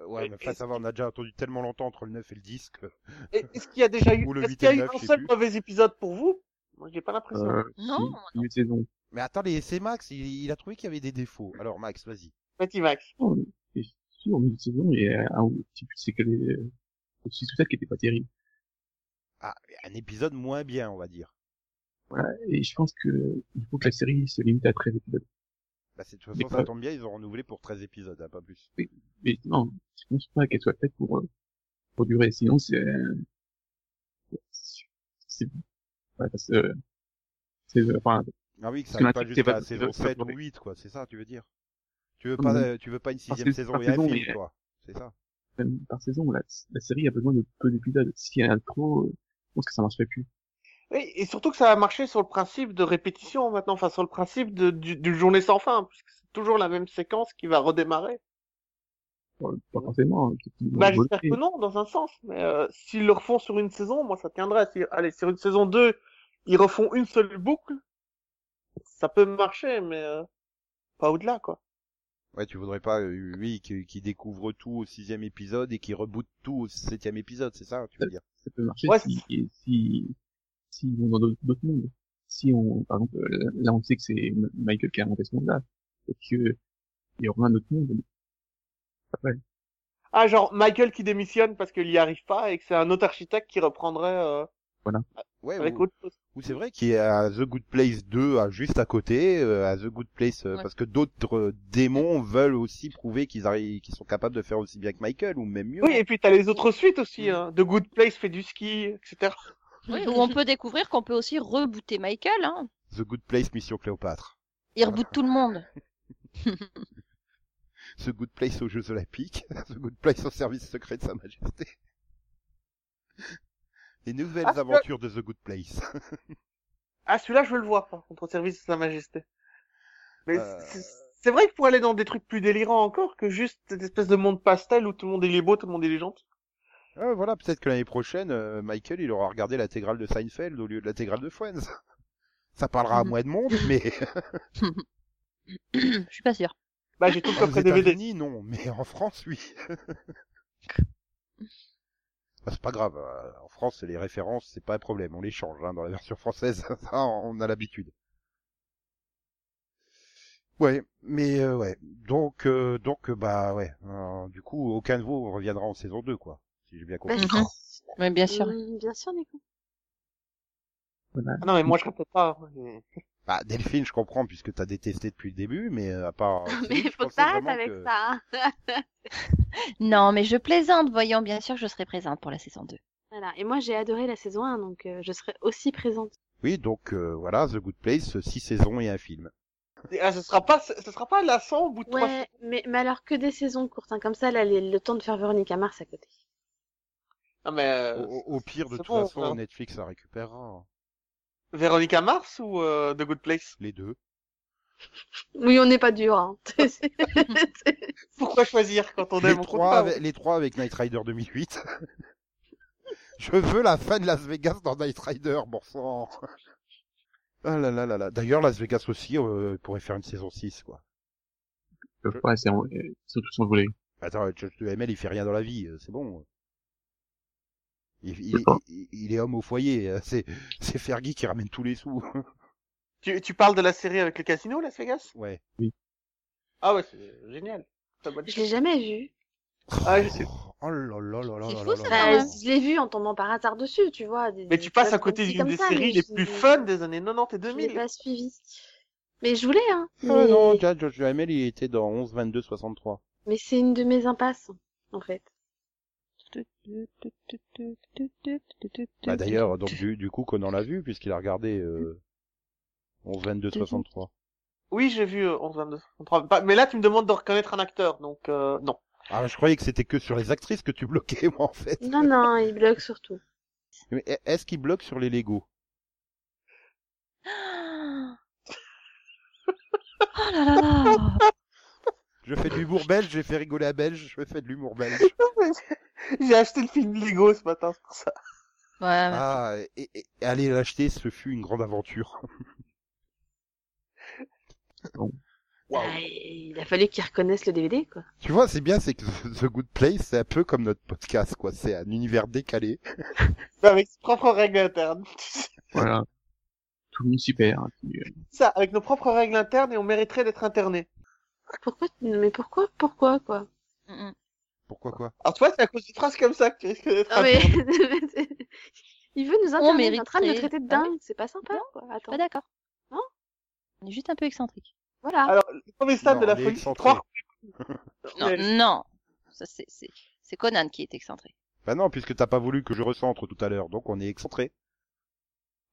A: non. Ouais, mais enfin, ça va, on a déjà entendu tellement longtemps entre le 9 et le 10 que...
E: Et Est-ce qu'il y a déjà eu,
A: Ou le
E: est-ce
A: huit
E: qu'il y a
A: et
E: eu
A: neuf, je
E: un
A: sais
E: seul
A: plus.
E: mauvais épisode pour vous? Moi, j'ai pas l'impression.
B: Euh,
D: Non,
B: si,
D: non.
B: une saison.
A: Mais attendez, c'est Max, il, il a trouvé qu'il y avait des défauts. Alors, Max, vas-y.
E: Petit Max.
B: Oh, mais si, en une saison, il y a un ou- petit peu de séquelles, euh, aussi tout ça qui était pas terrible.
A: Ah, un épisode moins bien, on va dire.
B: Voilà. Et je pense que il faut que la série se limite à 13 épisodes.
A: Bah, c'est- de toute façon,
B: Mais
A: ça
B: pas-
A: tombe bien, ils ont renouvelé pour 13 épisodes, hein, pas plus.
B: Mais non, je pense pas qu'elle soit faite pour, euh, pour durer. Sinon, c'est, euh, c'est, ouais, parce que, euh, c'est, euh, enfin,
A: Ah oui, que ça
B: Parce
A: n'aille
B: que
A: pas
B: l'intrigue,
A: jusqu'à
B: c'est
A: la
B: pas-
A: saison
B: c'est
A: 7
B: pas-
A: ou 8, quoi, c'est ça, tu veux dire Tu veux
B: Non,
A: pas,
B: mais-
A: euh, tu veux pas une
B: Par
A: sixième saison
B: saison- par
A: et un
B: saison,
A: film,
B: mais-
A: quoi, c'est ça
B: même par saison, la, la série a besoin de peu d'épisodes. S'il y en a trop, euh, je pense que ça marcherait plus.
E: Oui, et surtout que ça a marché sur le principe de répétition maintenant, enfin, sur le principe de, du, d'une journée sans fin, puisque c'est toujours la même séquence qui va redémarrer.
B: Pas pas forcément. hein, peut-être qu'ils vont
E: Bah, j'espère
B: voter.
E: que non, dans un sens. Mais euh, s'ils le refont sur une saison, moi, ça tiendrait. Si, allez, sur une saison 2, ils refont une seule boucle, ça peut marcher, mais euh, pas au-delà, quoi.
A: Ouais, tu voudrais pas, euh, lui, qui, qui découvre tout au sixième épisode et qui reboot tout au septième épisode, c'est ça, tu veux dire
B: ça peut marcher
E: Ouais,
B: si, si, si, si on est dans d'autres d'autres mondes. Si on, par exemple, euh, là on sait que c'est M- Michael qui a inventé ce monde-là, peut-être que il y aura un autre monde.
E: Ah, genre, Michael qui démissionne parce qu'il y arrive pas et que c'est un autre architecte qui reprendrait euh,
A: Ouais,
E: avec
A: ou,
E: autre chose.
A: ou c'est vrai qu'il y a The Good Place 2 à juste à côté, euh, à The Good Place, euh,
D: Ouais.
A: parce que d'autres euh, démons veulent aussi prouver qu'ils arrivent, qu'ils sont capables de faire aussi bien que Michael, ou même mieux.
E: Oui, et puis t'as les autres suites aussi,
A: Mm.
E: hein. The Good Place fait du ski, etc.
D: Oui, où on peut découvrir qu'on peut aussi rebooter Michael. Hein.
A: The Good Place Mission Cléopâtre.
D: Il reboot tout le monde.
A: The Good Place aux Jeux Olympiques. The Good Place au service secret de Sa Majesté. Les nouvelles
E: Ah, c'est-
A: aventures de The Good Place.
E: Ah, celui-là, je veux le voir, par contre, au service de Sa Majesté. Mais
A: Euh.
E: c'est- c'est vrai que pour aller dans des trucs plus délirants encore que juste cette espèce de monde pastel où tout le monde il est beau, tout le monde il est gentil.
A: Ah, voilà, peut-être que l'année prochaine, euh, Michael, il aura regardé l'intégrale de Seinfeld au lieu de l'intégrale de Friends. Ça parlera à
D: Mhm.
A: moins de monde, mais
D: Hum, Je suis pas sûre.
E: Bah, j'ai tout le
A: Aux
E: coffret DVD.
A: États-Unis, non, mais en France, oui. Bah, c'est pas grave. euh, En France, les références, c'est pas un problème. On les change hein, dans la version française. Ça, on a l'habitude. Ouais, mais euh, ouais. Donc, euh, donc, euh, bah ouais. Euh, du coup, aucun de vous reviendra en saison 2, quoi. Si j'ai bien compris.
C: Mhm.
D: Bah, Oui, bien sûr.
C: Oui, Mm, bien sûr, Nico.
B: Voilà.
E: Ah non, mais moi, je réponds pas.
A: Bah, Delphine, je comprends puisque t'as détesté depuis le début, mais euh, à part.
C: Mais
A: Céline, je
C: faut que
A: pensais
C: t'arrêtes
A: vraiment
C: avec
A: que-
C: ça. hein.
D: Non, mais je plaisante, voyons, bien sûr, je serai présente pour la saison 2.
C: Voilà. Et moi, j'ai adoré la saison 1, donc euh, je serai aussi présente.
A: Oui, donc euh, voilà, The Good Place, euh, six saisons et un film.
E: Et, ah, ce sera pas, ce sera pas lassant au bout de trois
C: Ouais, mais, mais alors que des saisons courtes, hein. comme ça, là, les- le temps de faire Veronica Mars à côté.
E: Non, mais,
A: Au,
E: euh,
A: au- au pire, de
E: c'est
A: toute
E: bon,
A: façon,
E: hein.
A: Netflix la récupérera. hein,
E: Véronica Mars ou euh, The Good Place
A: Les deux.
C: Oui, on n'est pas dur. Hein.
E: Pourquoi choisir quand on
A: les,
E: aime on compte
A: trois
E: pas,
A: avec, les trois avec Night Rider 2008. Je veux la fin de Las Vegas dans Night Rider, bon sang. Ah là là là là. D'ailleurs, Las Vegas aussi euh, pourrait faire une saison 6, quoi.
B: Ils peuvent pas, c'est en- euh, surtout sans volet.
A: Attends, Josh ML, il fait rien dans la vie, euh, c'est bon. Il, il-
B: D'accord.
A: il- il est homme au foyer, euh, c'est c'est Fergie qui ramène tous les sous.
E: Tu, tu parles de la série avec le casino, Las Vegas
A: Ouais.
E: Ah ouais, c'est génial. Très bonne
C: je l'ai jamais vu.
E: Ah, je sais.
A: Oh là là là là
D: C'est
A: là
D: fou,
A: là
D: ça,
A: là.
D: quand
C: Bah,
D: même.
C: je l'ai vu en tombant par hasard dessus, tu vois. des-
E: Mais
C: des
E: tu passes à
C: clubs
E: côté
C: comme ci,
E: d'une
C: comme
E: des
C: ça, mais
E: séries les
C: je-
E: plus fun des années 90 et
C: Je l'ai
E: 2000.
C: pas suivi. Mais je voulais, hein. Mais,
A: Ah non, déjà, Josh ML, il était dans 11, 22, 63.
C: mais c'est une de mes impasses, en fait.
A: Bah d'ailleurs, donc du, du coup, Conan l'a vu puisqu'il a regardé euh, 11 22 63.
E: Oui, j'ai vu euh, 11, 22, 33. Bah, Mais là, tu me demandes de reconnaître un acteur, donc euh, non.
A: Ah, je croyais que c'était que sur les actrices que tu bloquais, moi, en fait.
C: Non, non, il bloque surtout.
A: Mais e- est-ce qu'il bloque sur les Lego
D: Ah, Oh là là là
A: Je fais de l'humour belge, j'ai fait rigoler à belge, je fais de l'humour belge.
E: j'ai acheté le film Lego ce matin, c'est pour ça.
D: Ouais, mais-
A: Ah, et, et- et aller l'acheter, ce fut une grande aventure.
C: Bah, il a fallu qu'il reconnaisse le DVD, quoi.
A: Tu vois, c'est bien, c'est que The Good Place, c'est un peu comme notre podcast, quoi. C'est un univers décalé.
E: Mais avec ses propres règles internes.
B: Voilà. Tout le monde s'y perd. hein, puis, euh,
E: ça, avec nos propres règles internes, et on mériterait d'être internés.
C: Pourquoi tu- Mais pourquoi Pourquoi, quoi
D: Mm, mm.
A: Pourquoi quoi
E: Alors tu vois, c'est à cause de phrases comme ça que tu risques d'être
C: Ah, mais...
E: interné.
C: Il veut nous interner, il est en
D: mériterait.
C: train de nous traiter de
D: Ah oui.
C: dingue, c'est pas sympa, quoi.
D: Je suis
C: Attends,
D: pas d'accord.
C: Non
D: On est juste un peu excentrique.
C: voilà.
E: Alors, le premier stade
A: Non,
E: de la
A: on est
E: folie, c'est
A: excentré.
E: croire.
D: Non,
E: Mais-
D: non. Ça, c'est, c'est, c'est Conan qui est excentré.
A: Bah non, puisque t'as pas voulu que je recentre tout à l'heure, donc on est excentré.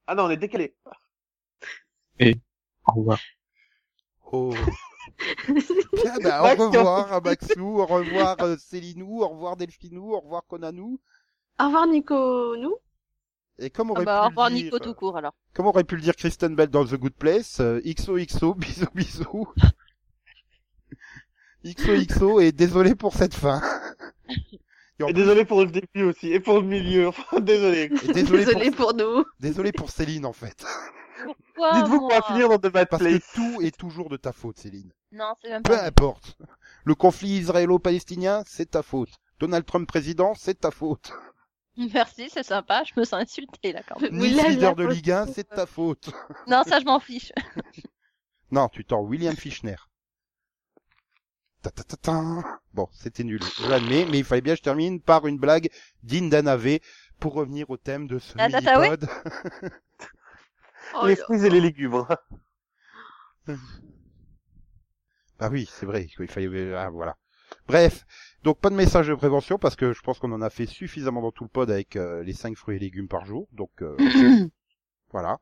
E: Ah non, on est décalé.
B: Au revoir.
A: Oh.
E: Ah.
A: Bien, bah, au
E: Max,
A: revoir à Maxou, au revoir euh, Célinou, au revoir Delphinou, au revoir Conanou.
C: Au revoir, Nico, nous.
A: Et comme
D: Ah
A: aurait
D: bah,
A: pu
D: au
A: le
D: revoir
A: dire, euh,
D: Nico tout court alors.
A: comme aurait pu le dire Kristen Bell dans The Good Place, euh, XOXO, bisous bisous. XOXO et désolé pour cette fin. Et en plus-
E: Et désolé pour le début aussi, et pour le milieu, enfin, désolé.
A: et désolé, pour...
C: pour... nous.
A: désolé pour Céline en fait,
D: Pourquoi
E: Dites-vous qu'on
D: Ah, moi
E: va finir dans de bad
A: parce
E: place.
A: que tout est toujours de ta faute Céline.
D: Non, c'est même
A: Peu
D: pas.
A: importe. Le conflit israélo-palestinien, c'est ta faute. Donald Trump président, c'est ta faute.
D: Merci, c'est sympa. Je me sens insultée là quand même.
C: Oui,
A: Nice
C: là, là,
A: leader de
C: pour le
A: Ligue 1,
C: coup, euh,
A: c'est ta faute.
D: Non, ça je m'en fiche.
A: Non, tu t'en William Fischner. Ta ta ta ta. Bon, c'était nul. Je l'admets, mais il fallait bien que je termine par une blague digne d'un AV pour revenir au thème de ce
D: La tataouée
A: mini-pod.
C: Oh
E: les
C: là.
E: fruits et les légumes. hein.
A: Ah oui, c'est vrai. Il fallait, ah, voilà. Bref. Donc pas de message de prévention parce que je pense qu'on en a fait suffisamment dans tout le pod avec euh, les 5 fruits et légumes par jour. Donc euh, voilà.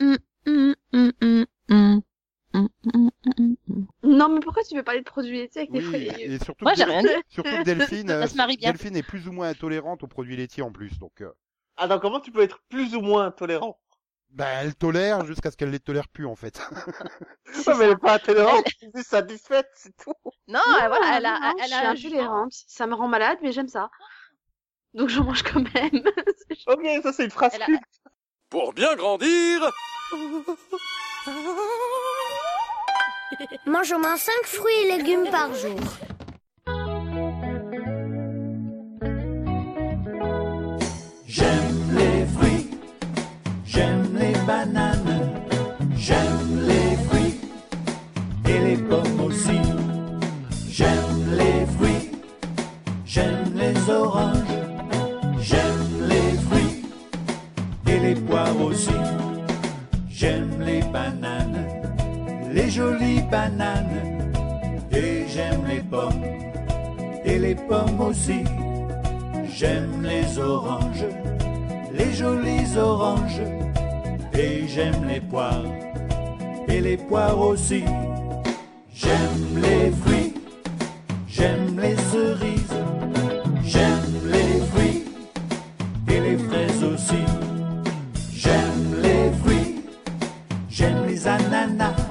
D: Mm, mm, mm, mm. Mm, mm, mm, mm.
C: Non, mais pourquoi tu veux parler de produits laitiers avec des
A: Oui,
C: fruits et légumes
A: et surtout,
D: Moi
A: que
D: j'ai
A: Del-
D: rien dit.
A: surtout que Delphine,
D: Ça
A: euh,
D: se marie bien.
A: Delphine est plus ou moins intolérante aux produits laitiers en plus. Donc euh,
E: Attends, Ah, comment tu peux être plus ou moins tolérant
A: bah, elle tolère jusqu'à ce qu'elle les tolère plus en fait.
D: C'est
E: Ouais, mais elle
D: ça.
E: est pas tolérante, elle est juste satisfaite, c'est tout.
D: Non,
C: Non,
D: voilà,
C: non,
D: elle a,
C: non,
D: elle
C: je
D: a
C: suis
D: un
C: intolérante. Ça me rend malade, mais j'aime ça. Donc je mange quand même.
E: Ok, ça c'est une phrase
D: Elle a-
E: culte.
F: Pour bien grandir,
D: jugement.
F: Mange au moins 5 fruits et légumes par jour.
G: J'aime les fruits, j'aime les bananes, j'aime les fruits et les pommes aussi. J'aime les fruits, j'aime les oranges, j'aime les fruits et les poires aussi. J'aime les bananes, les jolies bananes, et j'aime les pommes, et les pommes aussi. J'aime les oranges, les jolies oranges, et j'aime les poires, et les poires aussi. J'aime les fruits, j'aime les cerises, j'aime les fruits, et les fraises aussi. J'aime les fruits, j'aime les ananas,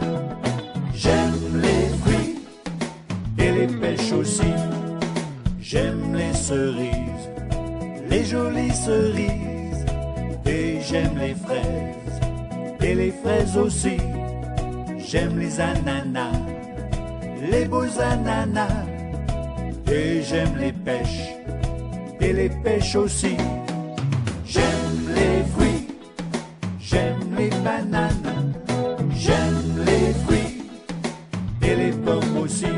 G: j'aime les fruits, et les pêches aussi. J'aime les cerises, les jolies cerises, et j'aime les fraises, et les fraises aussi. J'aime les ananas, les beaux ananas, et j'aime les pêches, et les pêches aussi. J'aime les fruits, j'aime les bananes, j'aime les fruits, et les pommes aussi.